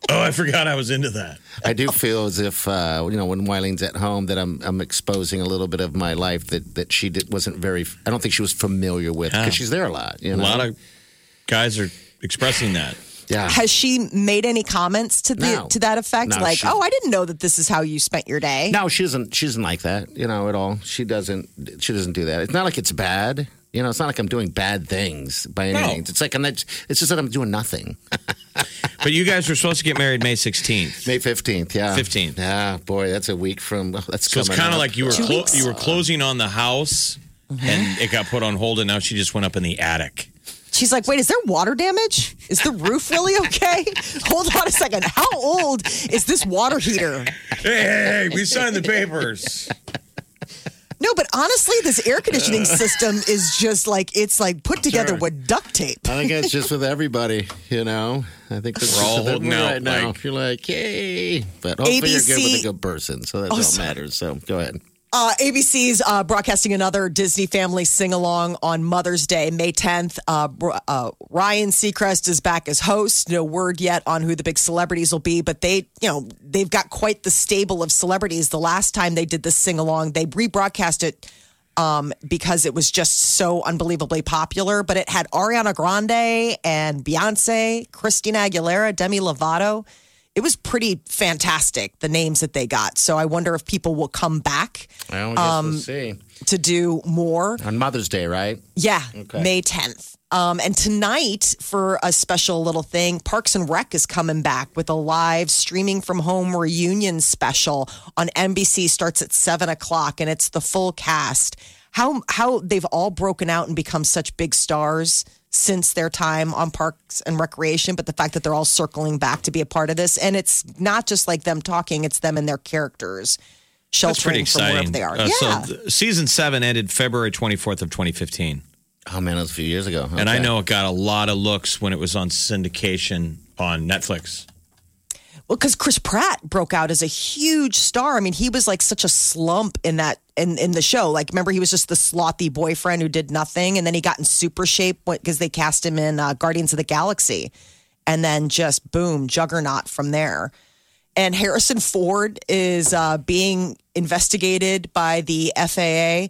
[SPEAKER 4] oh, I forgot I was into that.
[SPEAKER 5] I do feel as if uh, you know when Wylene's at home that I'm I'm exposing a little bit of my life that that she did, wasn't very. I don't think she was familiar with because
[SPEAKER 4] Yeah.
[SPEAKER 5] she's there a lot. You
[SPEAKER 4] A
[SPEAKER 5] know?
[SPEAKER 4] lot of guys are expressing that.
[SPEAKER 5] yeah.
[SPEAKER 3] Has she made any comments to the
[SPEAKER 5] No.
[SPEAKER 3] to that effect?
[SPEAKER 5] No,
[SPEAKER 3] like,
[SPEAKER 5] she-
[SPEAKER 3] oh, I didn't know that this is how you spent your day.
[SPEAKER 5] no, she isn't. She isn't like that. You know at all. She doesn't. She doesn't do that. It's not like it's bad. You know, it's not like I'm doing bad things by any
[SPEAKER 4] No.
[SPEAKER 5] means. It's like I'm not, It's just that I'm doing nothing.
[SPEAKER 4] But you guys were supposed to get married May 16th.
[SPEAKER 5] May fifteenth. Yeah.
[SPEAKER 4] 15th.
[SPEAKER 5] Yeah. Boy, that's a week from. That's
[SPEAKER 4] So it's
[SPEAKER 5] coming
[SPEAKER 4] kind of
[SPEAKER 5] up.
[SPEAKER 4] like you were clo- you Mm-hmm. were closing on the house and it got put on hold and now she just went up in the attic.
[SPEAKER 3] She's like, wait, is there water damage? Is the roof really okay? Hold on a second. How old is this water heater?
[SPEAKER 4] Hey, hey, we signed the papers.
[SPEAKER 3] No, but honestly, this air conditioning system is just like, it's like put together with duct tape.
[SPEAKER 5] I think it's just with everybody, you know. I think that's
[SPEAKER 4] We're all
[SPEAKER 5] just with
[SPEAKER 4] holding
[SPEAKER 5] everyone
[SPEAKER 4] out,
[SPEAKER 5] right now.
[SPEAKER 4] like-
[SPEAKER 5] You're like, yay! But hopefully you're good with
[SPEAKER 3] ABC
[SPEAKER 5] a good person, so that's all that
[SPEAKER 3] sorry.
[SPEAKER 5] matters. So go ahead.
[SPEAKER 3] Uh, ABC's uh, broadcasting another Disney family sing along on Mother's Day, May 10th. Uh, br- uh, Ryan Seacrest is back as host. No word yet on who the big celebrities will be, but they, you know, they've got quite the stable of celebrities. The last time they did this sing along, they rebroadcast it um, because it was just so unbelievably popular. But it had Ariana Grande and Beyonce, Christina Aguilera, Demi Lovato. It was pretty fantastic, the names that they got. So I wonder if people will come back
[SPEAKER 5] Well, I guess we'll see.
[SPEAKER 3] to do more.
[SPEAKER 5] On Mother's Day, right?
[SPEAKER 3] Yeah,
[SPEAKER 5] Okay.
[SPEAKER 3] May 10th. Um, and tonight, for a special little thing, Parks and Rec is coming back with a live streaming from home reunion special on NBC. Starts at seven o'clock, and it's the full cast. How how they've all broken out and become such big stars since their time on Parks and Recreation, but the fact that they're all circling back to be a part of this, and it's not just like them talking; it's them and their characters
[SPEAKER 4] That's
[SPEAKER 3] sheltering
[SPEAKER 4] pretty
[SPEAKER 3] from wherever
[SPEAKER 4] exciting.
[SPEAKER 3] they are.
[SPEAKER 4] Uh,
[SPEAKER 3] yeah.
[SPEAKER 4] So th- season seven ended February 24th of 2015.
[SPEAKER 5] Oh man, that was a few years ago.
[SPEAKER 4] And I
[SPEAKER 5] Okay.
[SPEAKER 4] know it got a lot of looks when it was on syndication on Netflix.
[SPEAKER 3] Well, because Chris Pratt broke out as a huge star. I mean, he was like such a slump in that in in the show. Like, remember he was just the slothy boyfriend who did nothing, and then he got in super shape because they cast him in uh, Guardians of the Galaxy, and then just boom, juggernaut from there. And Harrison Ford is uh, being investigated by the FAA.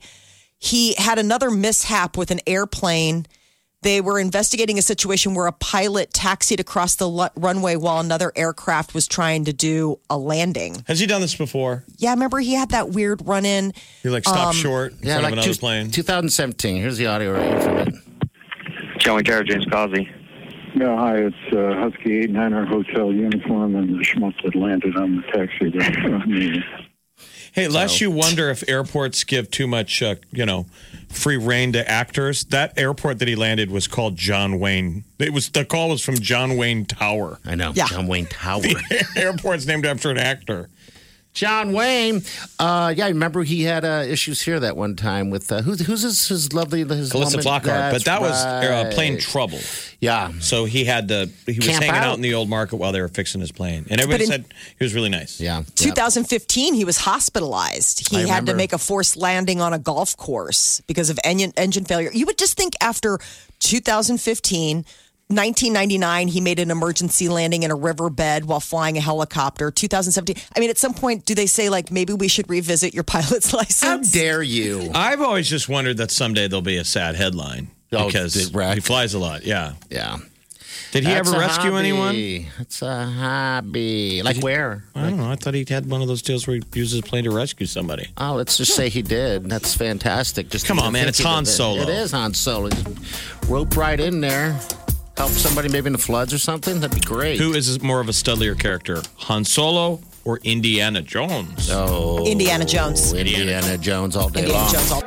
[SPEAKER 3] He had another mishap with an airplane they were investigating a situation where a pilot taxied across the lu- runway while another aircraft was trying to do a landing.
[SPEAKER 4] Has he done this before?
[SPEAKER 3] Yeah, remember he had that weird run in.
[SPEAKER 4] He like stopped short in
[SPEAKER 5] Um, Yeah,
[SPEAKER 4] front
[SPEAKER 5] like
[SPEAKER 4] of another
[SPEAKER 5] two-
[SPEAKER 4] plane.
[SPEAKER 5] 2017. Here's the audio right here from it.
[SPEAKER 8] Joey Tower, James Causey.
[SPEAKER 9] No, hi, it's uh, Husky 89er Hotel uniform and the schmuck that landed on the taxi. That, I mean,
[SPEAKER 4] Hey, lest you wonder if airports give too much, uh, you know, free reign to actors. That airport that he landed was called John Wayne. It was the call was from John Wayne Tower.
[SPEAKER 5] I know.
[SPEAKER 3] Yeah.
[SPEAKER 5] John Wayne Tower.
[SPEAKER 4] Airport's named after an actor.
[SPEAKER 5] John Wayne. Uh, yeah, I remember he had uh, issues here that one time with uh, who's who's his, his lovely his
[SPEAKER 4] Calista
[SPEAKER 5] woman?
[SPEAKER 4] Flockhart, but
[SPEAKER 5] That's
[SPEAKER 4] that was uh,
[SPEAKER 5] right.
[SPEAKER 4] plane trouble.
[SPEAKER 5] Yeah,
[SPEAKER 4] So he had to. He was
[SPEAKER 5] Camp
[SPEAKER 4] hanging out.
[SPEAKER 5] out.
[SPEAKER 4] in the old market while they were fixing his plane, and everybody
[SPEAKER 3] in-
[SPEAKER 4] said he was really nice.
[SPEAKER 5] yeah. yeah.
[SPEAKER 3] 2015, he was hospitalized. He
[SPEAKER 5] I
[SPEAKER 3] had to
[SPEAKER 5] remember.
[SPEAKER 3] make a forced landing on a golf course because of engine, engine failure. You would just think after 2015, 1999, he made an emergency landing in a riverbed while flying a helicopter. 2017, I mean, at some point, do they say, like, maybe we should revisit your pilot's license?
[SPEAKER 5] How dare you?
[SPEAKER 4] I've always just wondered that someday there'll be a sad headline
[SPEAKER 5] Oh,
[SPEAKER 4] because
[SPEAKER 5] the wreck.
[SPEAKER 4] he flies a lot. Yeah.
[SPEAKER 5] Yeah.
[SPEAKER 4] Did he
[SPEAKER 5] That's
[SPEAKER 4] ever
[SPEAKER 5] a
[SPEAKER 4] rescue anyone?
[SPEAKER 5] hobby. That's a hobby. Like where?
[SPEAKER 4] I don't know. I thought he had one of those deals where he uses his plane to rescue somebody.
[SPEAKER 5] Oh, let's just say he did. That's fantastic. Just
[SPEAKER 4] Come on,
[SPEAKER 5] even
[SPEAKER 4] man, it's
[SPEAKER 5] thinking
[SPEAKER 4] Han
[SPEAKER 5] of it.
[SPEAKER 4] Solo.
[SPEAKER 5] It is Han Solo. Just Rope right in there. Help somebody maybe in the floods or something. That'd be great.
[SPEAKER 4] Who is more of a studlier character, Han Solo or Indiana Jones?
[SPEAKER 5] Oh,
[SPEAKER 3] Indiana Jones.
[SPEAKER 5] Indiana, Jones all day
[SPEAKER 3] Indiana
[SPEAKER 5] long.
[SPEAKER 3] Jones all-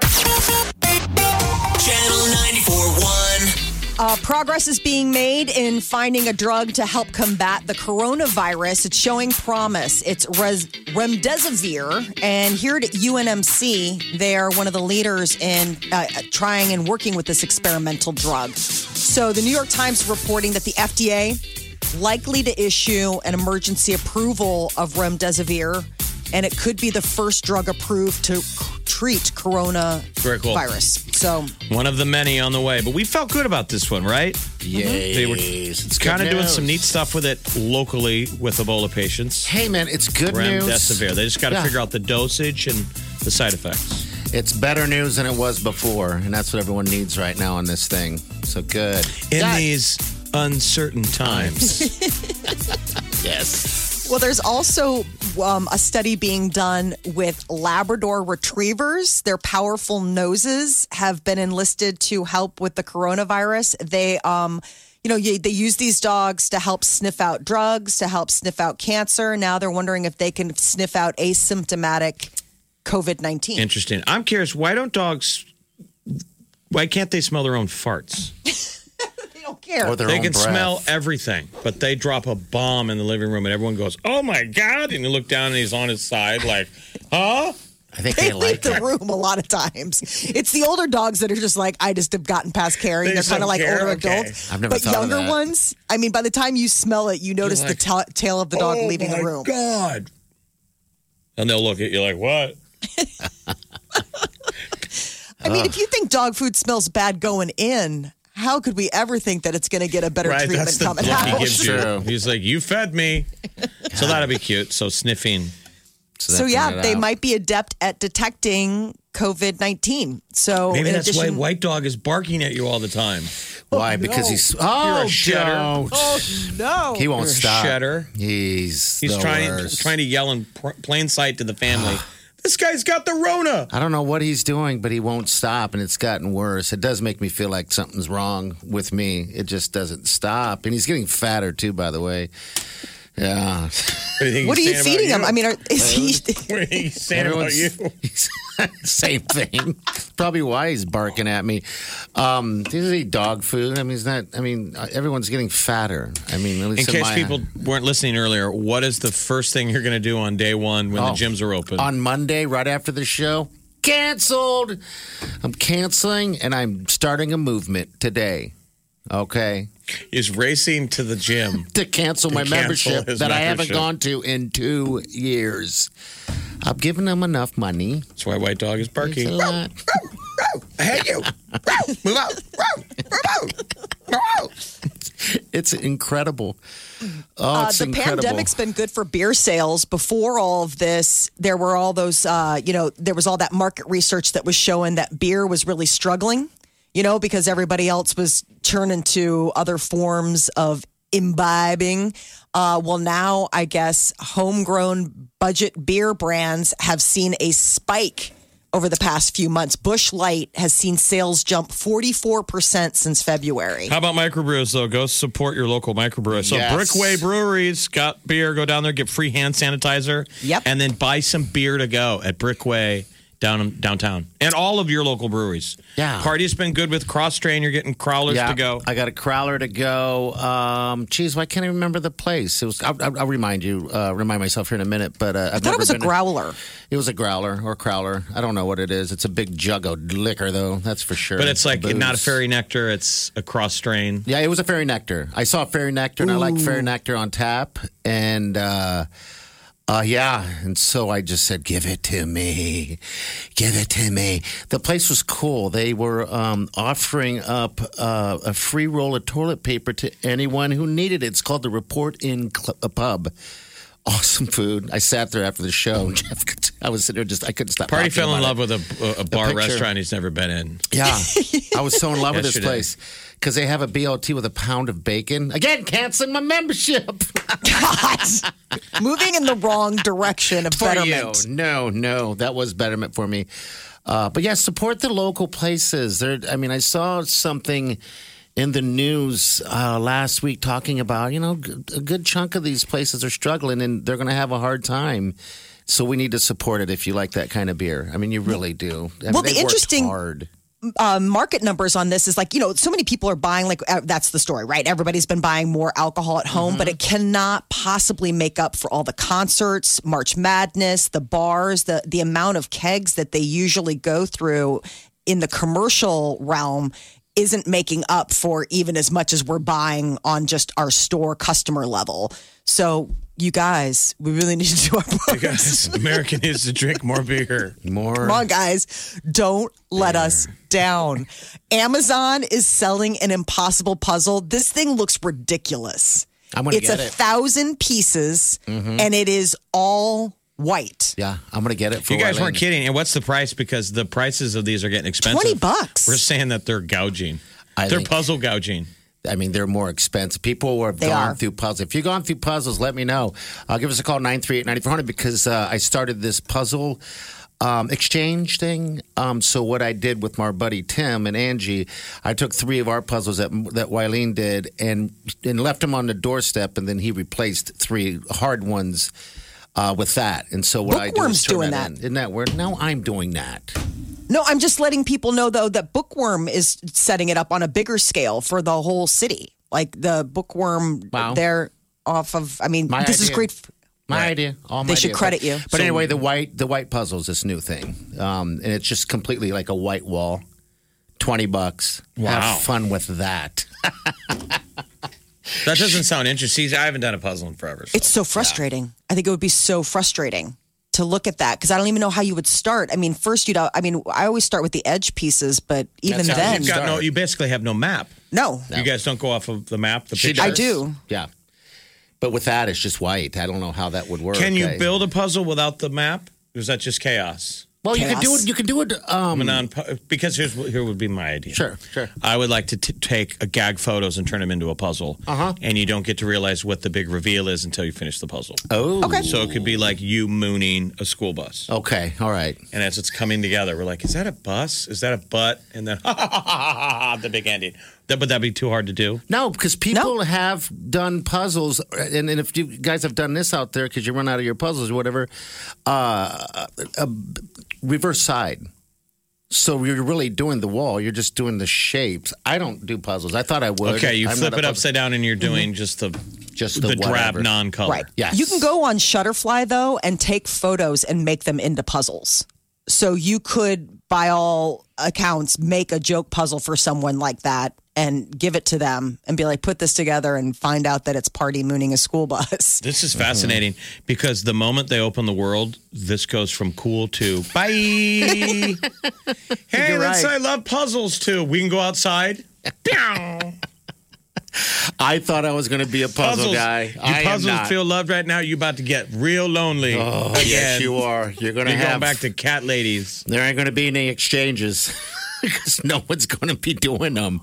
[SPEAKER 1] Channel 94.1.
[SPEAKER 3] Uh, progress is being made in finding a drug to help combat the coronavirus. It's showing promise. It's res- remdesivir, and here at UNMC, they are one of the leaders in uh, trying and working with this experimental drug. So, the New York Times reporting that the FDA likely to issue an emergency approval of remdesivir, and it could be the first drug approved to c- treat
[SPEAKER 4] Very cool.
[SPEAKER 3] coronavirus. So,
[SPEAKER 4] One of the many on the way, but we felt good about this one, right?
[SPEAKER 3] Mm-hmm.
[SPEAKER 5] Yes.
[SPEAKER 4] They were
[SPEAKER 5] It's
[SPEAKER 4] kind of
[SPEAKER 5] good
[SPEAKER 4] doing
[SPEAKER 5] news.
[SPEAKER 4] some neat stuff with it locally with Ebola patients.
[SPEAKER 5] Hey, man, it's good news.
[SPEAKER 4] Remdesivir. They just got to
[SPEAKER 5] Yeah.
[SPEAKER 4] figure out the dosage and the side effects.
[SPEAKER 5] It's better news than it was before, and that's what everyone needs right now on this thing. So good.
[SPEAKER 4] In
[SPEAKER 5] Yeah.
[SPEAKER 4] these uncertain times,
[SPEAKER 5] yes.
[SPEAKER 3] Well, there's also um, a study being done with Labrador retrievers. Their powerful noses have been enlisted to help with the coronavirus. They, um, you know, you, they use these dogs to help sniff out drugs, to help sniff out cancer. Now they're wondering if they can sniff out asymptomatic COVID 19.
[SPEAKER 4] interesting. I'm curious, why don't dogs, why can't they smell their own farts?
[SPEAKER 3] care.
[SPEAKER 5] Or their
[SPEAKER 4] they
[SPEAKER 5] own
[SPEAKER 4] can
[SPEAKER 5] breath.
[SPEAKER 4] smell everything, but they drop a bomb in the living room and everyone goes, "Oh my god!" And you look down and he's on his side, like, "Huh?"
[SPEAKER 5] I think
[SPEAKER 3] They leave the room a lot of times. It's the older dogs that are just like, I just have gotten past caring.
[SPEAKER 4] They
[SPEAKER 3] They're
[SPEAKER 4] just
[SPEAKER 3] kind of
[SPEAKER 4] don't
[SPEAKER 3] like
[SPEAKER 4] care?
[SPEAKER 3] older
[SPEAKER 4] Okay.
[SPEAKER 3] adults.
[SPEAKER 5] I've never
[SPEAKER 3] but
[SPEAKER 5] thought of
[SPEAKER 3] younger
[SPEAKER 5] that.
[SPEAKER 3] ones, I mean, by the time you smell it, you notice the ta tail of the dog
[SPEAKER 4] oh
[SPEAKER 3] leaving
[SPEAKER 4] my
[SPEAKER 3] the room.
[SPEAKER 4] God. And they'll look at you like, "What?"
[SPEAKER 3] I mean, if you think dog food smells bad going in, how could we ever think that it's going to get a better
[SPEAKER 4] right?
[SPEAKER 3] treatment
[SPEAKER 4] That's the
[SPEAKER 3] coming
[SPEAKER 4] look he
[SPEAKER 3] out?
[SPEAKER 4] gives you.
[SPEAKER 5] True.
[SPEAKER 4] He's like, "You fed me," so that'll be cute. So sniffing.
[SPEAKER 3] So,
[SPEAKER 5] that
[SPEAKER 3] yeah,
[SPEAKER 5] figured
[SPEAKER 3] they
[SPEAKER 5] out.
[SPEAKER 3] might be adept at detecting COVID 19. So,
[SPEAKER 4] Maybe
[SPEAKER 3] in
[SPEAKER 4] that's
[SPEAKER 3] addition,
[SPEAKER 4] why White Dog is barking at you all the time.
[SPEAKER 3] Oh,
[SPEAKER 5] Why? Because he's
[SPEAKER 4] You're
[SPEAKER 5] oh,
[SPEAKER 4] a shedder.
[SPEAKER 5] don't.
[SPEAKER 3] no.
[SPEAKER 5] He won't stop.
[SPEAKER 4] Shedder.
[SPEAKER 5] He's
[SPEAKER 4] He's
[SPEAKER 5] the
[SPEAKER 4] trying
[SPEAKER 5] worst.
[SPEAKER 4] trying to yell in pr- plain sight to the family. this guy's got the Rona.
[SPEAKER 5] I don't know what he's doing, but he won't stop, and it's gotten worse. It does make me feel like something's wrong with me. It just doesn't stop, and he's getting fatter too. By the way, yeah,
[SPEAKER 3] What are you feeding him? I mean, are, is he.
[SPEAKER 4] what are you saying about you?
[SPEAKER 5] Everyone's- same thing. Probably why he's barking at me. Um, does he eat dog food? I mean, he's not. I mean, uh, everyone's getting fatter. I mean, at
[SPEAKER 4] In
[SPEAKER 5] least in,
[SPEAKER 4] case
[SPEAKER 5] my-
[SPEAKER 4] people weren't listening earlier, what is the first thing you're going to do on day one when
[SPEAKER 5] Oh.
[SPEAKER 4] the gyms are open?
[SPEAKER 5] on Monday, right after the show. Canceled. I'm canceling and I'm starting a movement today. Okay.
[SPEAKER 4] is racing to the gym.
[SPEAKER 5] To cancel my
[SPEAKER 4] cancel
[SPEAKER 5] membership
[SPEAKER 4] his
[SPEAKER 5] that I haven't
[SPEAKER 4] membership.
[SPEAKER 5] gone to in two years. I've given them enough money.
[SPEAKER 4] That's why White Dog is
[SPEAKER 5] It's a
[SPEAKER 4] barking.
[SPEAKER 5] lot.
[SPEAKER 4] I hate you. Move out.
[SPEAKER 5] It's incredible. Oh,
[SPEAKER 3] Uh,
[SPEAKER 5] it's
[SPEAKER 3] the
[SPEAKER 5] incredible.
[SPEAKER 3] pandemic's been good for beer sales. Before all of this, there were all those, uh, you know, there was all that market research that was showing that beer was really struggling, you know, because everybody else was turning to other forms of imbibing. Uh, well, now I guess homegrown budget beer brands have seen a spike over the past few months. Bush Light has seen sales jump 44% since February.
[SPEAKER 4] How about microbrews, though? Go support your local microbrewer. So,
[SPEAKER 5] Yes.
[SPEAKER 4] Brickway Breweries got beer. Go down there, get free hand sanitizer.
[SPEAKER 3] Yep.
[SPEAKER 4] And then buy some beer to go at Brickway down downtown and all of your local breweries.
[SPEAKER 5] Yeah.
[SPEAKER 4] Party's been good with Cross Train. You're getting crawlers to go.
[SPEAKER 5] I got a crowler to go. Um, geez, why can't I remember the place? It was. I'll, I'll I'll remind you. Uh, remind myself here in a minute. But uh,
[SPEAKER 3] I
[SPEAKER 5] I've
[SPEAKER 3] thought
[SPEAKER 5] never
[SPEAKER 3] it was a
[SPEAKER 5] been to-
[SPEAKER 3] growler.
[SPEAKER 5] It was a growler or crowler. I don't know what it is. It's a big jug of liquor, though. That's for sure.
[SPEAKER 4] but it's like
[SPEAKER 5] Booze.
[SPEAKER 4] not a fairy nectar, it's a cross strain.
[SPEAKER 5] Yeah, it was a fairy nectar. I saw fairy nectar, and I like fairy nectar on tap. And uh, uh, yeah, and so I just said, "Give it to me, give it to me." The place was cool. They were um, offering up uh, a free roll of toilet paper to anyone who needed it. It's called the Report in Cl- a Pub. Awesome food. I sat there after the show. and Jeff, could- I was sitting there just I couldn't stop.
[SPEAKER 4] Party
[SPEAKER 5] talking
[SPEAKER 4] fell in
[SPEAKER 5] about
[SPEAKER 4] love
[SPEAKER 5] it.
[SPEAKER 4] with a, a, a bar
[SPEAKER 5] picture.
[SPEAKER 4] restaurant he's never been in.
[SPEAKER 5] Yeah, I was so in love with this
[SPEAKER 4] Yesterday.
[SPEAKER 5] place because they have a BLT with a pound of bacon. Again, canceling my membership.
[SPEAKER 3] moving in the wrong direction of
[SPEAKER 5] For you.
[SPEAKER 3] betterment.
[SPEAKER 5] No, no, that was betterment for me. Uh, but yeah, support the local places. There, I mean, I saw something in the news uh, last week talking about you know g- a good chunk of these places are struggling and they're going to have a hard time. So we need to support it if you like that kind of beer. I mean, you really do. I mean,
[SPEAKER 3] Well, the
[SPEAKER 5] they've worked
[SPEAKER 3] interesting-
[SPEAKER 5] hard.
[SPEAKER 3] Uh, market numbers on this is like you know so many people are buying like uh, that's the story right everybody's been buying more alcohol at home but it
[SPEAKER 5] Mm-hmm.
[SPEAKER 3] cannot possibly make up for all the concerts march madness the bars the the amount of kegs that they usually go through in the commercial realm isn't making up for even as much as we're buying on just our store customer level so you guys we really need to do our part
[SPEAKER 4] Guys, American is to drink more beer.
[SPEAKER 5] More.
[SPEAKER 3] Come on, guys. Don't let us down. Amazon is selling an impossible puzzle. This thing looks ridiculous.
[SPEAKER 5] I'm gonna
[SPEAKER 3] It's
[SPEAKER 5] get
[SPEAKER 3] a
[SPEAKER 5] it. Mm-hmm.
[SPEAKER 3] thousand pieces and it is all white.
[SPEAKER 5] yeah, I'm going to get it. For
[SPEAKER 4] You guys
[SPEAKER 5] Wyland.
[SPEAKER 4] weren't kidding. And what's the price? Because the prices of these are getting expensive.
[SPEAKER 3] 20 bucks.
[SPEAKER 4] We're saying that they're gouging.
[SPEAKER 5] I
[SPEAKER 4] they're
[SPEAKER 5] think-
[SPEAKER 4] puzzle gouging.
[SPEAKER 5] I mean, they're more expensive. People who have
[SPEAKER 3] They
[SPEAKER 5] gone
[SPEAKER 3] are.
[SPEAKER 5] through puzzles. If you've gone through puzzles, let me know. Uh, give us a call, 938-9400, because uh, I started this puzzle um, exchange thing. Um, so what I did with my buddy Tim and Angie, I took three of our puzzles that, that Wileen did and, and left them on the doorstep, and then he replaced three hard ones uh, with that. And so what I do
[SPEAKER 3] Bookworm's
[SPEAKER 5] is turn
[SPEAKER 3] doing
[SPEAKER 5] that,
[SPEAKER 3] that.
[SPEAKER 5] in. Isn't that weird? No, I'm doing that.
[SPEAKER 3] No, I'm just letting people know though that Bookworm is setting it up on a bigger scale for the whole city. Like the bookworm
[SPEAKER 5] Wow.
[SPEAKER 3] there off of, I mean,
[SPEAKER 5] My
[SPEAKER 3] this is
[SPEAKER 5] idea.
[SPEAKER 3] great. f-
[SPEAKER 5] My idea. All my
[SPEAKER 3] They should
[SPEAKER 5] idea.
[SPEAKER 3] credit
[SPEAKER 5] But-
[SPEAKER 3] you.
[SPEAKER 5] But
[SPEAKER 3] So-
[SPEAKER 5] anyway, the white the white puzzle is this new thing, um, and it's just completely like a white wall. Twenty bucks.
[SPEAKER 4] Wow.
[SPEAKER 5] Have fun with that.
[SPEAKER 4] That doesn't sound interesting. See, I haven't done a puzzle in forever.
[SPEAKER 3] It's so frustrating. I think it would be so frustrating to look at that because I don't even know how you would start. I mean, first you'd, I mean, I always start with the edge pieces, but even
[SPEAKER 5] That's how
[SPEAKER 3] then,
[SPEAKER 4] You've got no. You basically have no map.
[SPEAKER 3] no.
[SPEAKER 4] You guys don't go off of the map. The
[SPEAKER 5] She
[SPEAKER 4] picture.
[SPEAKER 5] does.
[SPEAKER 3] I do.
[SPEAKER 5] Yeah. But with that, it's just white. I don't know how that would work. eh?
[SPEAKER 4] Can
[SPEAKER 5] I-
[SPEAKER 4] you build a puzzle without the map? Or is that just chaos?
[SPEAKER 5] Well, you could do
[SPEAKER 3] Chaos.
[SPEAKER 5] it. You could do it.
[SPEAKER 4] I'm
[SPEAKER 5] Um,
[SPEAKER 4] a non. Because here's what- here would be my idea.
[SPEAKER 5] Sure, sure.
[SPEAKER 4] I would like to t- take a gag photos and turn them into a puzzle.
[SPEAKER 5] Uh-huh.
[SPEAKER 4] And you don't get to realize what the big reveal is until you finish the puzzle.
[SPEAKER 5] Oh.
[SPEAKER 3] Okay.
[SPEAKER 4] So it could be like you mooning a school bus,
[SPEAKER 5] Okay. All right.
[SPEAKER 4] and as it's coming together, we're like, "Is that a bus? Is that a butt?" And then the big ending. That would that be too hard to do?
[SPEAKER 5] No, because people have done puzzles, and, and if you guys have done this out there because you run out of your puzzles or whatever, uh, a, reverse side. So you're really doing the wall. You're just doing the shapes. I don't do puzzles. I thought I would.
[SPEAKER 4] Okay, you
[SPEAKER 5] I'm
[SPEAKER 4] flip
[SPEAKER 5] not a
[SPEAKER 4] it
[SPEAKER 5] puzzle-
[SPEAKER 4] upside down, and you're doing just the
[SPEAKER 5] Just
[SPEAKER 4] the,
[SPEAKER 5] the,
[SPEAKER 4] drab
[SPEAKER 5] whatever.
[SPEAKER 4] non-color.
[SPEAKER 3] Right.
[SPEAKER 5] Yes.
[SPEAKER 3] You can go on Shutterfly though and take photos and make them into puzzles. So you could, by all accounts, make a joke puzzle for someone like that and give it to them and be like, put this together and find out that it's party mooning a school bus.
[SPEAKER 4] This
[SPEAKER 5] Mm-hmm.
[SPEAKER 4] is fascinating because the moment they open the world, this goes from cool to bye. hey, that's I love puzzles too. We can go outside. Pew.
[SPEAKER 5] I thought I was going to be a puzzle guy.
[SPEAKER 4] You
[SPEAKER 5] I am
[SPEAKER 4] puzzles
[SPEAKER 5] not.
[SPEAKER 4] feel loved right now. You about to get real lonely.
[SPEAKER 5] Oh, yes, you are. You're going to
[SPEAKER 4] You're
[SPEAKER 5] have.
[SPEAKER 4] going back to cat ladies.
[SPEAKER 5] There ain't going to be any exchanges because no one's going to be doing them.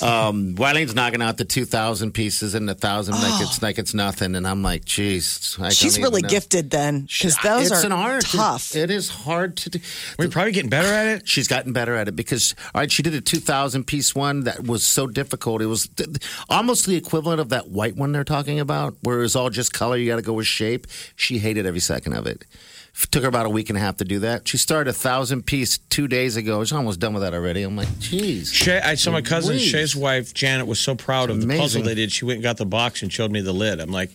[SPEAKER 5] Um, Wileen's knocking out the two thousand pieces and the thousand like it's like it's nothing, and I'm like, jeez, I
[SPEAKER 3] Oh. She's
[SPEAKER 5] don't even
[SPEAKER 3] really
[SPEAKER 5] know.
[SPEAKER 3] gifted then because those
[SPEAKER 5] it's
[SPEAKER 3] are
[SPEAKER 5] an art.
[SPEAKER 3] tough.
[SPEAKER 5] It- it is hard to do.
[SPEAKER 4] We're probably getting better at it.
[SPEAKER 5] She's gotten better at it because all right, she did a two thousand piece one that was so difficult. It was th- th- almost the equivalent of that white one they're talking about, where it was all just color. You got to go with shape. She hated every second of it. F- Took her about a week and a half to do that. She started a thousand piece two days ago. She's almost done with that already. I'm like, jeez.
[SPEAKER 4] Shay, I saw my cousin
[SPEAKER 5] Louise.
[SPEAKER 4] Shay's wife Janet was so proud of the
[SPEAKER 5] Amazing.
[SPEAKER 4] puzzle they did. She went and got the box and showed me the lid. I'm like,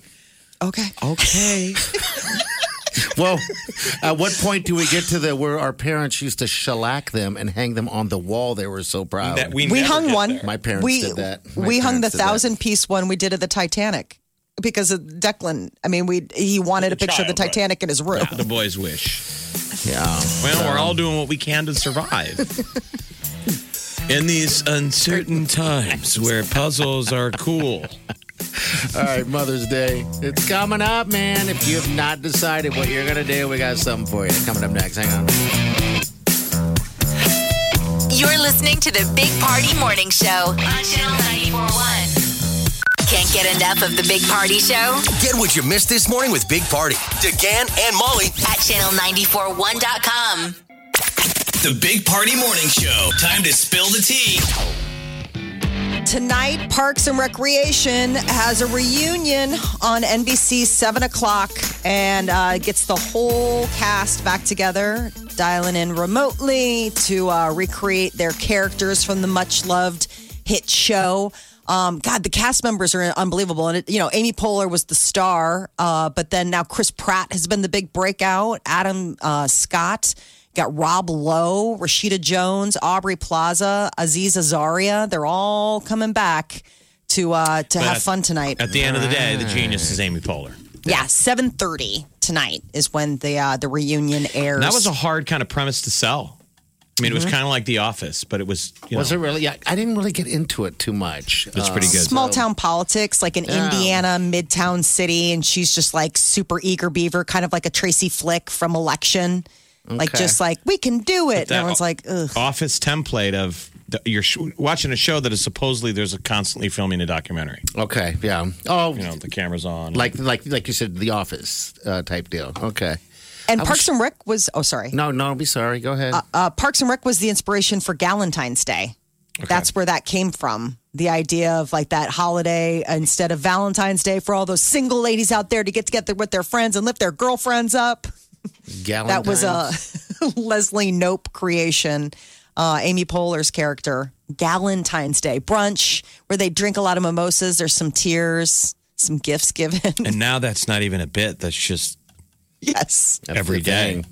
[SPEAKER 3] okay.
[SPEAKER 4] okay.
[SPEAKER 5] Well, at what point do we get to the where our parents used to shellac them and hang them on the wall? They were so proud.
[SPEAKER 4] that we
[SPEAKER 3] We
[SPEAKER 4] never
[SPEAKER 3] hung
[SPEAKER 4] get
[SPEAKER 3] one.
[SPEAKER 4] there.
[SPEAKER 5] My parents
[SPEAKER 3] we,
[SPEAKER 5] did that. My
[SPEAKER 3] we hung the
[SPEAKER 5] parents did that.
[SPEAKER 3] thousand piece one we did at the Titanic because of Declan. I mean, we he wanted a
[SPEAKER 4] The
[SPEAKER 3] picture of the
[SPEAKER 4] child, right.
[SPEAKER 3] Titanic in his room.
[SPEAKER 4] The boys wish.
[SPEAKER 5] yeah.
[SPEAKER 4] Well, we're all doing what we can to survive. In these uncertain times where puzzles are cool.
[SPEAKER 5] All right, Mother's Day. It's coming up, man. If you have not decided what you're going to do, we got something for you. Coming up next. Hang on.
[SPEAKER 2] You're listening to the Big Party Morning Show on Channel 941. Can't get enough of the Big Party Show
[SPEAKER 1] Get what you missed this morning with Big Party, DeGan and Molly.
[SPEAKER 2] at channel941.com.
[SPEAKER 1] The Big Party Morning Show. Time to spill the tea.
[SPEAKER 3] Tonight, Parks and Recreation has a reunion on NBC 7 o'clock and uh, gets the whole cast back together, dialing in remotely to uh, recreate their characters from the much loved hit show. Um, God, the cast members are unbelievable. And, it, you know, Amy Poehler was the star, uh, but then now Chris Pratt has been the big breakout, Adam uh, Scott. Got Rob Lowe, Rashida Jones, Aubrey Plaza, Aziz Azaria. They're all coming back to uh, to have
[SPEAKER 4] But-
[SPEAKER 3] fun tonight.
[SPEAKER 4] At the end of the day, the genius is Amy Poehler.
[SPEAKER 3] yeah, seven thirty tonight is when the uh, the reunion airs.
[SPEAKER 4] That was a hard kind of premise to sell. I mean, it was kind of like The Office, but it was, you know,
[SPEAKER 5] Mm-hmm. Was it really? Yeah, I didn't really get into it too much. Um,
[SPEAKER 4] it's pretty good.
[SPEAKER 3] small town politics, like an Indiana midtown city, and she's just like super eager beaver, kind of like a Tracy Flick from Election. Like
[SPEAKER 5] Okay. oh,
[SPEAKER 3] just like we can do it. And
[SPEAKER 4] that
[SPEAKER 3] everyone's
[SPEAKER 4] o-
[SPEAKER 3] like, ugh.
[SPEAKER 4] Office template of the, you're sh- watching a show that is supposedly there's a constantly filming a documentary.
[SPEAKER 5] Okay. Yeah. Oh,
[SPEAKER 4] You know, the camera's on.
[SPEAKER 5] like like like you said, The Office uh, type deal. Okay.
[SPEAKER 3] And
[SPEAKER 5] I
[SPEAKER 3] Parks
[SPEAKER 5] wish-
[SPEAKER 3] and Rec was oh sorry.
[SPEAKER 5] No, no, be sorry. Go ahead.
[SPEAKER 3] uh, Parks and Rec was the inspiration for Valentine's Day. That's where that came from. The idea of like that holiday instead of Valentine's Day for all those single ladies out there to get together with their friends and lift their girlfriends up. That was uh, a Leslie Nope creation. Uh, Amy Poehler's character, Galentine's Day brunch, where they drink a lot of mimosas. There's some tears, some gifts given.
[SPEAKER 4] And now that's not even a bit. That's just
[SPEAKER 3] yes,
[SPEAKER 4] every day.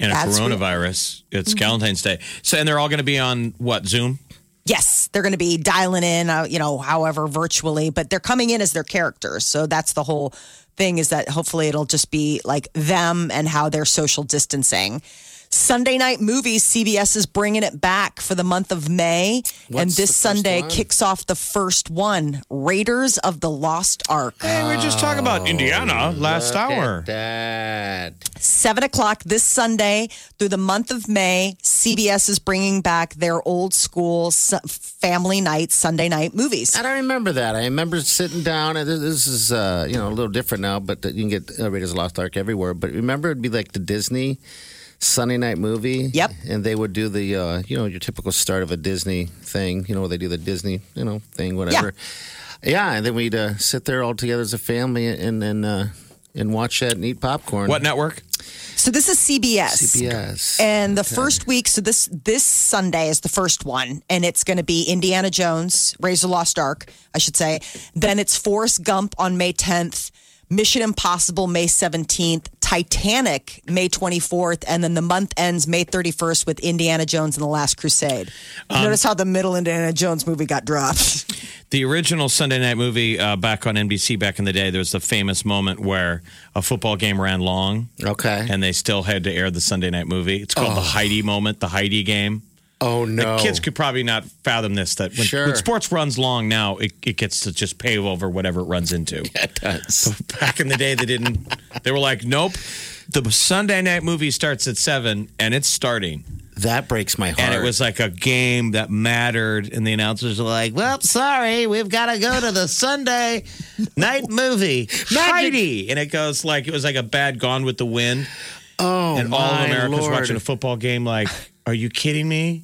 [SPEAKER 4] and a
[SPEAKER 3] That's real.
[SPEAKER 4] coronavirus. It's Valentine's Day. So, and they're all going to be on what Zoom?
[SPEAKER 3] Yes, they're going to be dialing in, uh, you know, however virtually, but they're coming in as their characters. So that's the whole thing is that hopefully it'll just be like them and how they're social distancing. Sunday night movies, CBS is bringing it back for the month of May. and
[SPEAKER 5] What's
[SPEAKER 3] this
[SPEAKER 5] the first
[SPEAKER 3] Sunday
[SPEAKER 5] one?
[SPEAKER 3] kicks off the first one Raiders of the Lost Ark.
[SPEAKER 4] Hey, we were just talking
[SPEAKER 5] Oh,
[SPEAKER 4] about Indiana last
[SPEAKER 5] Look at
[SPEAKER 4] hour.
[SPEAKER 5] that.
[SPEAKER 3] 7 o'clock this Sunday through the month of May, CBS is bringing back their old school su- family night, Sunday night movies.
[SPEAKER 5] I don't remember that. I remember sitting down. And this, this is uh, you know a little different now, but you can get uh, Raiders of the Lost Ark everywhere. But remember, it'd be like the Disney Sunday night movie.
[SPEAKER 3] Yep.
[SPEAKER 5] And they would do the uh, you know your typical start of a Disney thing. You know where they do the Disney you know thing whatever. Yeah. and then we'd uh, sit there all together as a family and and uh, and watch that and eat popcorn.
[SPEAKER 4] What network?
[SPEAKER 3] So this is CBS.
[SPEAKER 5] CBS.
[SPEAKER 3] And the first week, so this this Sunday is the first one, and it's going to be Indiana Jones, Razor Lost Ark, I should say. Then it's Forrest Gump on May 10th, Mission Impossible May 17th, Titanic May 24th, and then the month ends May 31st with Indiana Jones and the Last Crusade.
[SPEAKER 4] Um,
[SPEAKER 3] Notice how the middle Indiana Jones movie got dropped.
[SPEAKER 4] The original Sunday night movie uh, back on NBC back in the day, there was the famous moment where a football game ran long
[SPEAKER 5] okay.
[SPEAKER 4] and they still had to air the Sunday night movie. It's called the Heidi moment, the Heidi game.
[SPEAKER 5] oh no.
[SPEAKER 4] Kids could probably not fathom this that when,
[SPEAKER 5] Sure.
[SPEAKER 4] when sports runs long now, it, it gets to just pave over whatever it runs into.
[SPEAKER 5] It does.
[SPEAKER 4] back in the day they didn't they were like nope the sunday night movie starts at seven and it's starting
[SPEAKER 5] That breaks my heart.
[SPEAKER 4] and it was like a game that mattered and the announcers were like well sorry we've got to go to the sunday night movie Heidi. and it goes like it was like a bad gone with the wind
[SPEAKER 5] oh
[SPEAKER 4] and all
[SPEAKER 5] my
[SPEAKER 4] of america's
[SPEAKER 5] Lord.
[SPEAKER 4] watching a football game like are you kidding me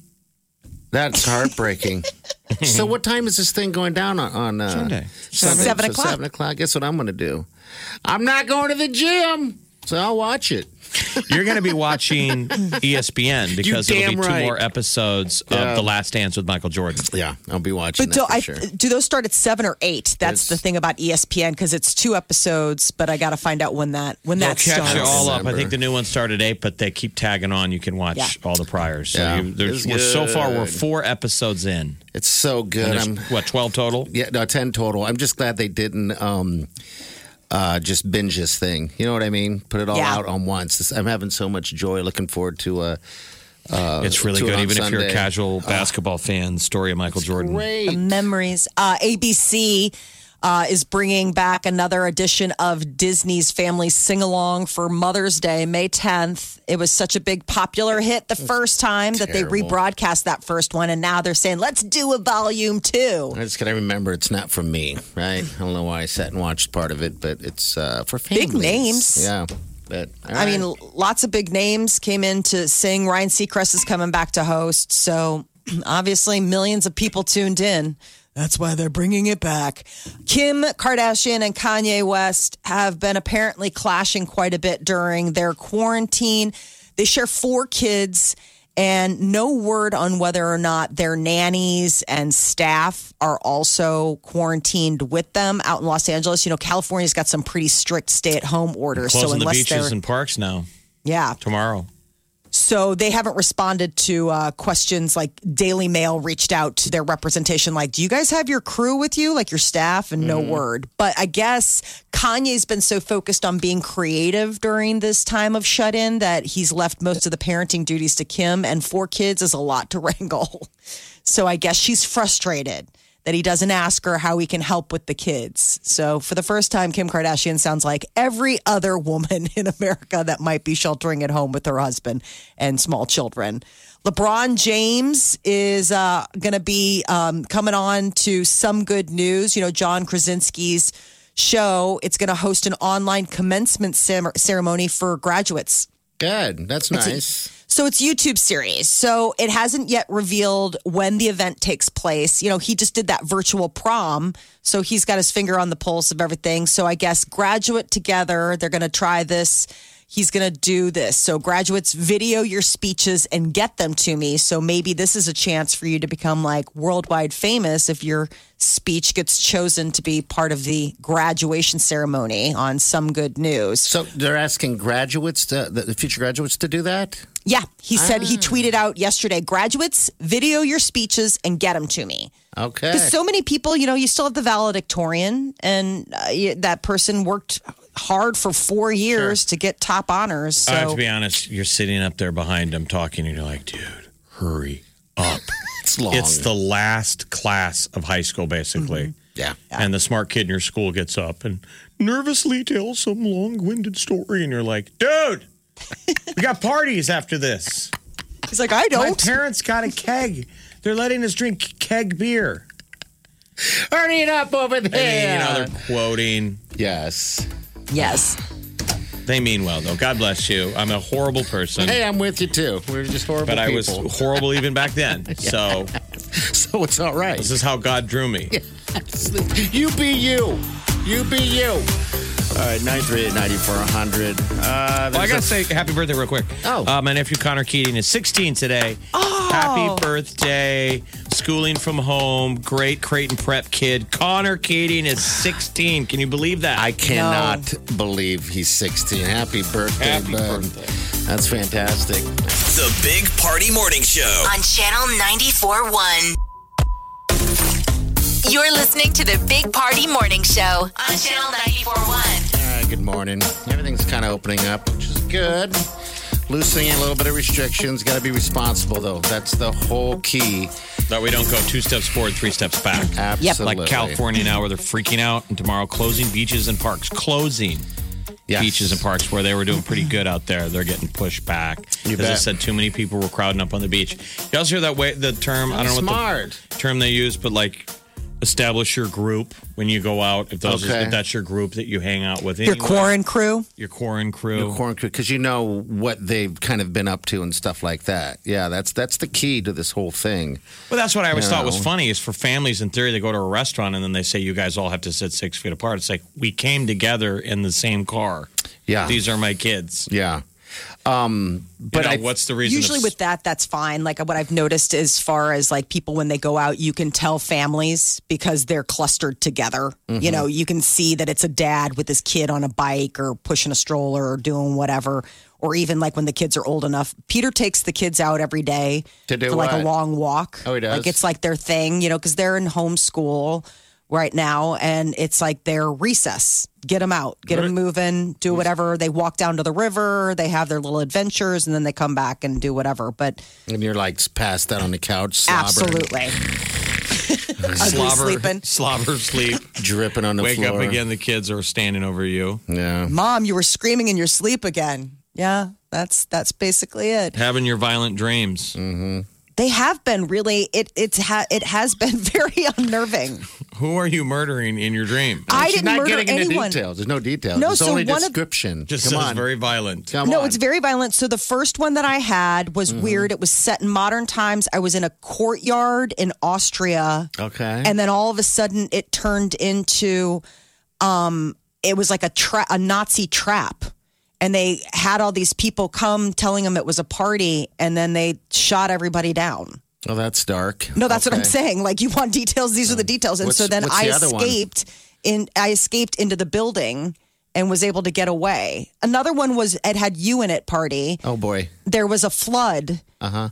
[SPEAKER 5] That's heartbreaking. so, what time is this thing going down on, on uh,
[SPEAKER 4] Sunday.
[SPEAKER 5] Sunday?
[SPEAKER 3] Seven
[SPEAKER 5] So
[SPEAKER 3] o'clock.
[SPEAKER 5] Seven o'clock. Guess what I'm going to do? I'm not going to the gym, so I'll watch it.
[SPEAKER 4] you're going to be watching E espn because
[SPEAKER 5] You're
[SPEAKER 4] it'll be
[SPEAKER 5] damn
[SPEAKER 4] two
[SPEAKER 5] right.
[SPEAKER 4] more episodes of the last dance with michael jordan
[SPEAKER 5] Yeah, I'll be watching.
[SPEAKER 3] But
[SPEAKER 5] that
[SPEAKER 3] do,
[SPEAKER 5] for
[SPEAKER 3] I,
[SPEAKER 5] sure.
[SPEAKER 3] do those start at seven or eight? That's
[SPEAKER 5] It's-
[SPEAKER 3] the thing about E ESPN because it's two episodes, but I got to find out when that when
[SPEAKER 4] They'll
[SPEAKER 3] that
[SPEAKER 4] catch
[SPEAKER 3] starts.
[SPEAKER 4] you all up. I
[SPEAKER 5] December.
[SPEAKER 4] think the new one started eight, but they keep tagging on. You can watch
[SPEAKER 3] Yeah.
[SPEAKER 4] all the priors. So,
[SPEAKER 5] Yeah.
[SPEAKER 4] you, there's,
[SPEAKER 5] It's
[SPEAKER 4] we're, so far, we're
[SPEAKER 5] good.
[SPEAKER 4] four episodes in.
[SPEAKER 5] It's so good.
[SPEAKER 4] And there's,
[SPEAKER 5] I'm
[SPEAKER 4] what, 12 total?
[SPEAKER 5] yeah, no, ten total. I'm just glad they didn't um, uh, just binge this thing. You know what I mean? Put it all
[SPEAKER 3] Yeah.
[SPEAKER 5] out on once. This, I'm having so much joy. Looking forward to. Uh,
[SPEAKER 4] it's really
[SPEAKER 5] two
[SPEAKER 4] good,
[SPEAKER 5] on
[SPEAKER 4] even if you're a
[SPEAKER 5] Sunday. Uh-huh.
[SPEAKER 4] casual basketball fan. Story of Michael Jordan.
[SPEAKER 3] The memories. Uh, ABC uh, is bringing back another edition of Disney's Family Sing Along for Mother's Day, May 10th. It was such a big popular hit the first time that they
[SPEAKER 5] terrible.
[SPEAKER 3] rebroadcast that first one, and now they're saying let's do a volume two.
[SPEAKER 5] I just gotta remember it's not for me, right? I don't know why I sat and watched part of it, but it's uh, for families.
[SPEAKER 3] Big names.
[SPEAKER 5] Yeah, but all
[SPEAKER 3] I mean,
[SPEAKER 5] right.
[SPEAKER 3] lots of big names came in to sing. Ryan Seacrest is coming back to host. So obviously, millions of people tuned in. That's why they're bringing it back. Kim Kardashian and Kanye West have been apparently clashing quite a bit during their quarantine. They share four kids, and no word on whether or not their nannies and staff are also quarantined with them out in Los Angeles. You know, California's got some pretty strict stay at home orders. so
[SPEAKER 4] Closing the
[SPEAKER 3] unless they're,
[SPEAKER 4] beaches and parks now,
[SPEAKER 3] yeah.
[SPEAKER 4] tomorrow.
[SPEAKER 3] So they haven't responded to uh, questions like Daily Mail reached out to their representation, like, do you guys have your crew with you, like your staff? And no word. But I guess Kanye's been so focused on being creative during this time of shut in that he's left most of the parenting duties to Kim, and four kids is a lot to wrangle. So I guess she's frustrated that he doesn't ask her how he can help with the kids. So for the first time, Kim Kardashian sounds like every other woman in America that might be sheltering at home with her husband and small children. LeBron James is uh, going to be um, coming on to some good news. You know, John Krasinski's show. It's going to host an online commencement cem- ceremony for graduates.
[SPEAKER 5] good. That's nice.
[SPEAKER 3] So it's YouTube series. So it hasn't yet revealed when the event takes place. You know, he just did that virtual prom, so he's got his finger on the pulse of everything. So I guess graduate together, they're going to try this he's going to do this. So, graduates, video your speeches and get them to me. So, maybe this is a chance for you to become like worldwide famous if your speech gets chosen to be part of the graduation ceremony on Some Good News.
[SPEAKER 5] So, they're asking graduates, to, the future graduates, to do that?
[SPEAKER 3] Yeah, he said he tweeted out yesterday graduates, video your speeches and get them to me.
[SPEAKER 5] Okay.
[SPEAKER 3] Because so many people, you know, you still have the valedictorian, and uh, y- that person worked hard for four years to get top honors. So
[SPEAKER 4] I have to be honest, you're sitting up there behind them talking, and you're like, dude, hurry up.
[SPEAKER 5] Oh, it's long.
[SPEAKER 4] It's the last class of high school, basically.
[SPEAKER 3] Mm-hmm.
[SPEAKER 5] yeah.
[SPEAKER 4] And the smart kid in your school gets up and nervously tells some long winded story, and you're like, dude, we got parties after this.
[SPEAKER 3] he's like, I
[SPEAKER 4] My
[SPEAKER 3] don't.
[SPEAKER 4] parents got a keg. They're letting us drink keg beer.
[SPEAKER 5] Hurry it up over
[SPEAKER 4] And,
[SPEAKER 5] there.
[SPEAKER 4] you know, they're quoting.
[SPEAKER 5] yes.
[SPEAKER 3] Yes.
[SPEAKER 4] They mean well, though. God bless you. I'm a horrible person.
[SPEAKER 5] Hey, I'm with you too. We're just horrible
[SPEAKER 4] but I was
[SPEAKER 5] people.
[SPEAKER 4] horrible even back then. So
[SPEAKER 5] so it's all right.
[SPEAKER 4] this is how God drew me.
[SPEAKER 5] You be you. You be you. All right, 938 9400. Uh,
[SPEAKER 4] Well, I gotta
[SPEAKER 5] there's
[SPEAKER 4] say happy birthday real quick.
[SPEAKER 5] Oh.
[SPEAKER 4] Uh, my nephew Connor Keating is 16 today. Oh. Happy birthday. Schooling from home. Great Creighton prep kid. Connor Keating is 16. Can you believe that?
[SPEAKER 5] I cannot believe he's 16. Happy birthday,
[SPEAKER 4] Happy
[SPEAKER 5] bud.
[SPEAKER 4] birthday.
[SPEAKER 5] That's fantastic.
[SPEAKER 1] The Big Party Morning Show.
[SPEAKER 2] on Channel 94.1. You're listening to the Big Party Morning Show on Channel 94.1.
[SPEAKER 5] All right, good morning. Everything's kind of opening up, which is good. Loosening a little bit of restrictions. Got to be responsible, though. That's the whole key.
[SPEAKER 4] that we don't go two steps forward, three steps back.
[SPEAKER 5] Absolutely.
[SPEAKER 4] Like California now, where they're freaking out, and tomorrow closing beaches and parks. Closing
[SPEAKER 5] Yes.
[SPEAKER 4] beaches and parks where they were doing pretty good out there. They're getting pushed back.
[SPEAKER 5] You
[SPEAKER 4] As I
[SPEAKER 5] bet.
[SPEAKER 4] said, too many people were crowding up on the beach. You also hear that way the term I don't know what the
[SPEAKER 5] Smart.
[SPEAKER 4] term they use, but like establish your group when you go out. If those
[SPEAKER 5] Okay.
[SPEAKER 4] if that's your group that you hang out with,
[SPEAKER 3] Your
[SPEAKER 4] anyway.
[SPEAKER 3] Quarren crew.
[SPEAKER 4] your quarant crew.
[SPEAKER 5] because you know what they've kind of been up to and stuff like that. Yeah, that's that's the key to this whole thing.
[SPEAKER 4] Well, that's what I always
[SPEAKER 5] You
[SPEAKER 4] thought was
[SPEAKER 5] know.
[SPEAKER 4] funny is for families in theory they go to a restaurant and then they say you guys all have to sit six feet apart. It's like we came together in the same car.
[SPEAKER 5] Yeah.
[SPEAKER 4] These are my kids.
[SPEAKER 5] Yeah. Um,
[SPEAKER 4] But
[SPEAKER 5] but I,
[SPEAKER 4] what's the reason?
[SPEAKER 3] Usually
[SPEAKER 4] of-
[SPEAKER 3] with that, that's fine. Like what I've noticed as far as like people when they go out, you can tell families because they're clustered together.
[SPEAKER 5] Mm-hmm.
[SPEAKER 3] You know, you can see that it's a dad with his kid on a bike or pushing a stroller or doing whatever. Or even like when the kids are old enough, Peter takes the kids out every day
[SPEAKER 5] To do
[SPEAKER 3] for like a
[SPEAKER 5] what?
[SPEAKER 3] long walk.
[SPEAKER 5] Oh, he does?
[SPEAKER 3] Like it's like their thing, you know, because they're in homeschool right now, and it's like their recess. Get them out, get them moving, do whatever. They walk down to the river, they have their little adventures, and then they come back and do whatever. But
[SPEAKER 5] and you're like passed out on the couch, slobbering,
[SPEAKER 3] absolutely, ugly sleeping.
[SPEAKER 4] slobber sleep.
[SPEAKER 5] dripping on the
[SPEAKER 4] Wake
[SPEAKER 5] floor. Mm.
[SPEAKER 4] up again. The kids are standing over you,
[SPEAKER 5] Yeah.
[SPEAKER 3] Mom, you were screaming in your sleep again. Yeah, that's that's basically it.
[SPEAKER 4] having your violent dreams.
[SPEAKER 5] Mm.
[SPEAKER 3] They have been really it it's ha- it has been very unnerving.
[SPEAKER 4] Who are you murdering in your dream?
[SPEAKER 3] I
[SPEAKER 5] She's
[SPEAKER 3] didn't
[SPEAKER 5] not
[SPEAKER 3] murder
[SPEAKER 5] getting into
[SPEAKER 3] anyone.
[SPEAKER 5] details. There's no details.
[SPEAKER 3] No,
[SPEAKER 5] it's
[SPEAKER 3] so
[SPEAKER 5] only
[SPEAKER 3] one of-
[SPEAKER 5] description.
[SPEAKER 4] Just
[SPEAKER 5] Come
[SPEAKER 4] says
[SPEAKER 5] on.
[SPEAKER 4] very violent.
[SPEAKER 5] Come
[SPEAKER 3] no,
[SPEAKER 5] on. Mm-hmm.
[SPEAKER 3] it's very violent. So the first one that I had was weird. It was set in modern times. I was in a courtyard in Austria,
[SPEAKER 5] okay.
[SPEAKER 3] and then all of a sudden it turned into, um, it was like a tra- a Nazi trap, and they had all these people come telling them it was a party, and then they shot everybody down.
[SPEAKER 5] oh, that's dark.
[SPEAKER 3] No, that's what I'm
[SPEAKER 5] Okay.
[SPEAKER 3] saying. Like you want details. These are the details. And
[SPEAKER 5] What's-
[SPEAKER 3] so then
[SPEAKER 5] what's
[SPEAKER 3] I
[SPEAKER 5] the other one?
[SPEAKER 3] escaped in. I escaped into the building and was able to get away. Another one was it had you in it party.
[SPEAKER 5] Oh boy. Uh-huh.
[SPEAKER 3] There was a flood at,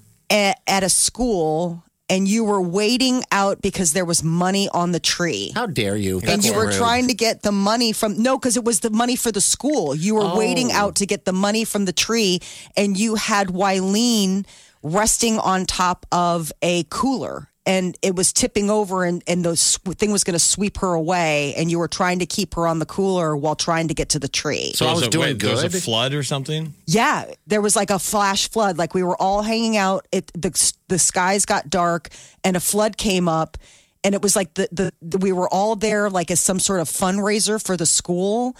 [SPEAKER 3] at a school, and you were waiting out because there was money on the tree.
[SPEAKER 5] How dare you?
[SPEAKER 3] and
[SPEAKER 5] That's
[SPEAKER 3] you were
[SPEAKER 5] rude.
[SPEAKER 3] trying to get the money from no because it was the money for the school you were
[SPEAKER 5] Oh.
[SPEAKER 3] waiting out to get the money from the tree and you had wyleen resting on top of a cooler and it was tipping over and, and the s- thing was going to sweep her away and you were trying to keep her on the cooler while trying to get to the tree
[SPEAKER 4] So
[SPEAKER 5] I
[SPEAKER 4] is
[SPEAKER 5] was
[SPEAKER 4] it-
[SPEAKER 5] doing
[SPEAKER 4] wait, There's a
[SPEAKER 5] good?
[SPEAKER 4] flood or something.
[SPEAKER 3] yeah, there was like a flash flood. Like we were all hanging out. It the the skies got dark, and a flood came up, and it was like the the, the we were all there like as some sort of fundraiser for the school.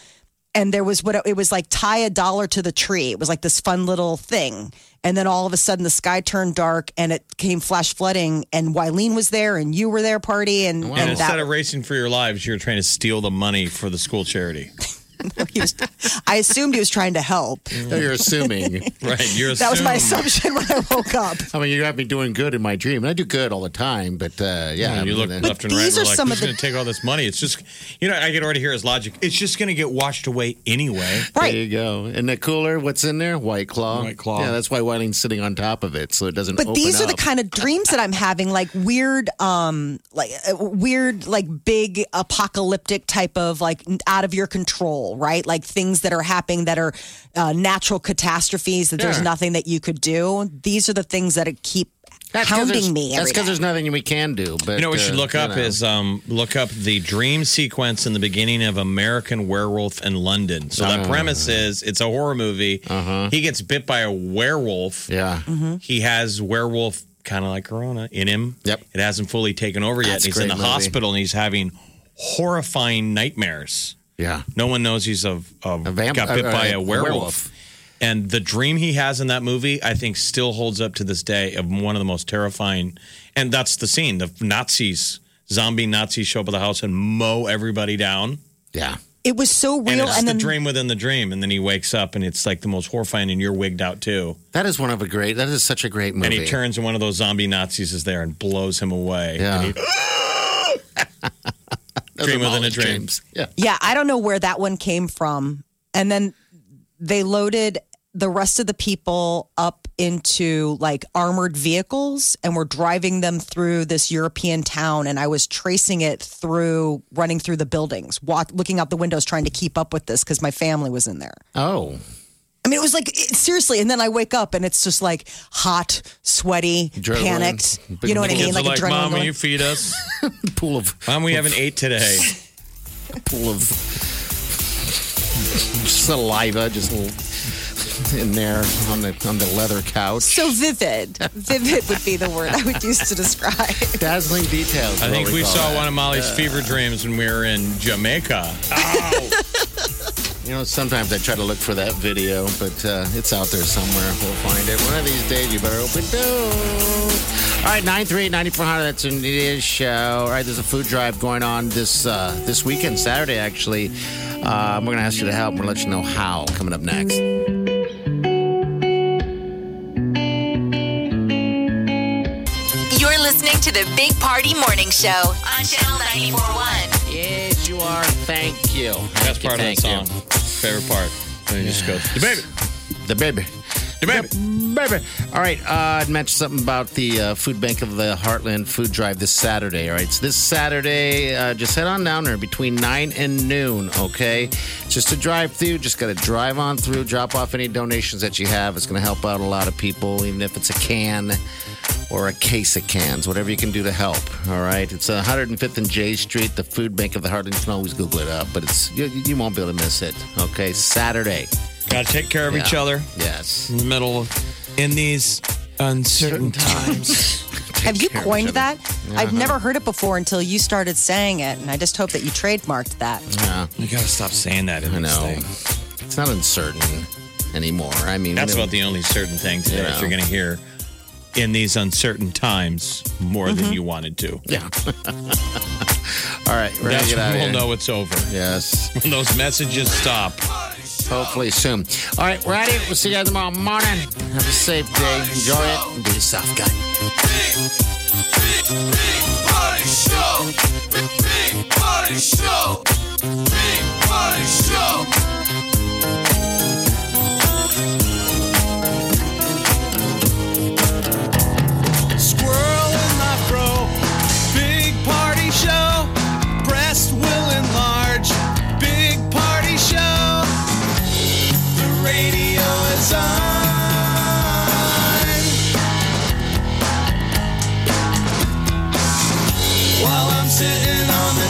[SPEAKER 3] And there was what it was like tie a dollar to the tree. It was like this fun little thing. And then all of a sudden the sky turned dark and it came flash flooding and Wyleen was there and you were there party and,
[SPEAKER 4] And
[SPEAKER 3] and
[SPEAKER 4] instead
[SPEAKER 3] that
[SPEAKER 4] of racing for your lives, you're trying to steal the money for the school charity.
[SPEAKER 3] He was- I assumed he was trying to help.
[SPEAKER 5] No, you're assuming.
[SPEAKER 4] right. You're
[SPEAKER 3] That was my assumption when I woke up.
[SPEAKER 5] I mean, you have me doing good in my dream. And I do good all the time, but uh, yeah. I
[SPEAKER 4] Yeah, you
[SPEAKER 5] mean,
[SPEAKER 4] look
[SPEAKER 5] then-
[SPEAKER 4] left and right.
[SPEAKER 3] these
[SPEAKER 4] and we're
[SPEAKER 3] are
[SPEAKER 4] like,
[SPEAKER 3] some
[SPEAKER 4] who's
[SPEAKER 3] of the-
[SPEAKER 4] going to take all this money? It's just, you know, I can already hear his logic. It's just going to get washed away anyway.
[SPEAKER 3] Right.
[SPEAKER 5] There you go. And the cooler, what's in there? White Claw.
[SPEAKER 4] White Claw.
[SPEAKER 5] Yeah, that's why Wiling's sitting on top of it, so it doesn't.
[SPEAKER 3] But
[SPEAKER 5] open
[SPEAKER 3] these are the
[SPEAKER 5] up.
[SPEAKER 3] kind of dreams that I'm having, like weird, um, like uh, weird, like big apocalyptic type of like n- out of your control, right? Like things that are happening that are uh, natural catastrophes that there's
[SPEAKER 5] Yeah.
[SPEAKER 3] nothing that you could do. These are the things that keep
[SPEAKER 5] 'cause
[SPEAKER 3] hounding
[SPEAKER 5] there's-
[SPEAKER 3] me.
[SPEAKER 5] That's
[SPEAKER 3] every
[SPEAKER 5] because
[SPEAKER 3] day.
[SPEAKER 5] there's nothing we can do. But
[SPEAKER 4] You know, what we
[SPEAKER 5] uh,
[SPEAKER 4] should look
[SPEAKER 5] you
[SPEAKER 4] up
[SPEAKER 5] know.
[SPEAKER 4] is um, look up the dream sequence in the beginning of American Werewolf in London. So the premise is it's a horror movie. He gets bit by a werewolf.
[SPEAKER 5] yeah.
[SPEAKER 4] He has werewolf kind of like Corona in him.
[SPEAKER 5] Yep.
[SPEAKER 4] It hasn't fully taken over yet.
[SPEAKER 5] That's
[SPEAKER 4] and he's
[SPEAKER 5] a
[SPEAKER 4] in the
[SPEAKER 5] great movie.
[SPEAKER 4] hospital and he's having horrifying nightmares.
[SPEAKER 5] Yeah.
[SPEAKER 4] No one knows he's a, a,
[SPEAKER 5] vamp-
[SPEAKER 4] got bit
[SPEAKER 5] uh,
[SPEAKER 4] by
[SPEAKER 5] uh,
[SPEAKER 4] a
[SPEAKER 5] a
[SPEAKER 4] werewolf.
[SPEAKER 5] werewolf.
[SPEAKER 4] And the dream he has in that movie, I think, still holds up to this day of one of the most terrifying. And that's the scene: the Nazis, zombie Nazis, show up at the house and mow everybody down.
[SPEAKER 5] Yeah.
[SPEAKER 3] it was so
[SPEAKER 4] And
[SPEAKER 3] real,
[SPEAKER 4] it's
[SPEAKER 3] and
[SPEAKER 4] the
[SPEAKER 3] then
[SPEAKER 4] dream within the dream. And then he wakes up, and it's like the most horrifying. And you're wigged out too.
[SPEAKER 5] That is one of a great. That is such a great movie.
[SPEAKER 4] And he turns, and one of those zombie Nazis is there and blows him away.
[SPEAKER 5] Yeah.
[SPEAKER 4] And he-
[SPEAKER 5] Those
[SPEAKER 4] Dream
[SPEAKER 5] are
[SPEAKER 4] within a
[SPEAKER 5] Molly's
[SPEAKER 4] dream.
[SPEAKER 5] dreams. Yeah.
[SPEAKER 3] Yeah, I don't know where that one came from. And then they loaded the rest of the people up into like armored vehicles and were driving them through this European town. And I was tracing it through running through the buildings, walk, looking out the windows, trying to keep up with this because my family was in there.
[SPEAKER 5] Oh,
[SPEAKER 3] I mean, it was like it, seriously. And then I wake up and it's just like hot, sweaty,
[SPEAKER 5] Adrenaline.
[SPEAKER 3] panicked. You know what I
[SPEAKER 4] Kids
[SPEAKER 3] mean?
[SPEAKER 4] are like, "Mom, will
[SPEAKER 3] going-
[SPEAKER 4] you feed us?
[SPEAKER 5] pool of
[SPEAKER 4] Mom, we haven't ate today."
[SPEAKER 5] pool of saliva just in there on the on the leather couch.
[SPEAKER 3] So vivid. vivid would be the word I would use to describe.
[SPEAKER 5] Dazzling details.
[SPEAKER 4] I
[SPEAKER 5] is what
[SPEAKER 4] think we
[SPEAKER 5] call
[SPEAKER 4] saw
[SPEAKER 5] that.
[SPEAKER 4] one of Molly's fever dreams when we were in Jamaica.
[SPEAKER 5] You know, sometimes I try to look for that video, but uh, it's out there somewhere. We'll find it. One of these days, you better open doors. All right, 938-9400, that's Anita's show. All right, there's a food drive going on this uh, this weekend, Saturday, actually. Uh, we're going to ask you to help. We're going to let you know how coming up next.
[SPEAKER 2] You're listening to the Big Party Morning Show on Channel 941.
[SPEAKER 5] Yes, you are. Thank you.
[SPEAKER 4] Best part of that
[SPEAKER 5] Thank
[SPEAKER 4] song.
[SPEAKER 5] you.
[SPEAKER 4] Favorite part. Then he just goes, the baby,
[SPEAKER 5] The baby.
[SPEAKER 4] the baby.
[SPEAKER 5] Baby. All right, uh, I mentioned something about the uh, Food Bank of the Heartland food drive this Saturday. All right, so this Saturday, uh, just head on down there between 9 and noon, okay? Just a drive through, just got to drive on through, drop off any donations that you have. It's going to help out a lot of people, even if it's a can or a case of cans, whatever you can do to help. All right, it's 105th and J Street, the Food Bank of the Heartland. You can always Google it up, but it's you, you won't be able to miss it, okay? Saturday.
[SPEAKER 4] Gotta take care of each
[SPEAKER 5] Yeah.
[SPEAKER 4] other
[SPEAKER 5] Yes.
[SPEAKER 4] in the middle of, in these uncertain times.
[SPEAKER 3] Have you
[SPEAKER 5] care of
[SPEAKER 3] coined
[SPEAKER 5] each
[SPEAKER 3] that?
[SPEAKER 5] other. Uh-huh.
[SPEAKER 3] I've never heard it before until you started saying it, and I just hope that you trademarked that.
[SPEAKER 5] Yeah.
[SPEAKER 4] you gotta stop saying that in
[SPEAKER 5] I
[SPEAKER 4] this
[SPEAKER 5] know.
[SPEAKER 4] thing.
[SPEAKER 5] It's not uncertain anymore. I mean,
[SPEAKER 4] That's
[SPEAKER 5] you know,
[SPEAKER 4] about the only certain thing today
[SPEAKER 5] Yeah.
[SPEAKER 4] that you're gonna hear in these uncertain times more than you wanted to.
[SPEAKER 5] yeah. All right, we're gonna
[SPEAKER 4] That's
[SPEAKER 5] get
[SPEAKER 4] when we'll
[SPEAKER 5] out of here.
[SPEAKER 4] know it's over.
[SPEAKER 5] Yes,
[SPEAKER 4] When those messages stop.
[SPEAKER 5] hopefully soon. All right, we're out of here. We'll see you guys tomorrow morning. Have a safe day. Enjoy it. And be yourself, guys.
[SPEAKER 10] Squirrel in my fro. Big party show. Breast will enlarge. Big party show. The radio is on. While I'm sitting on the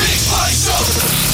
[SPEAKER 10] Big party show.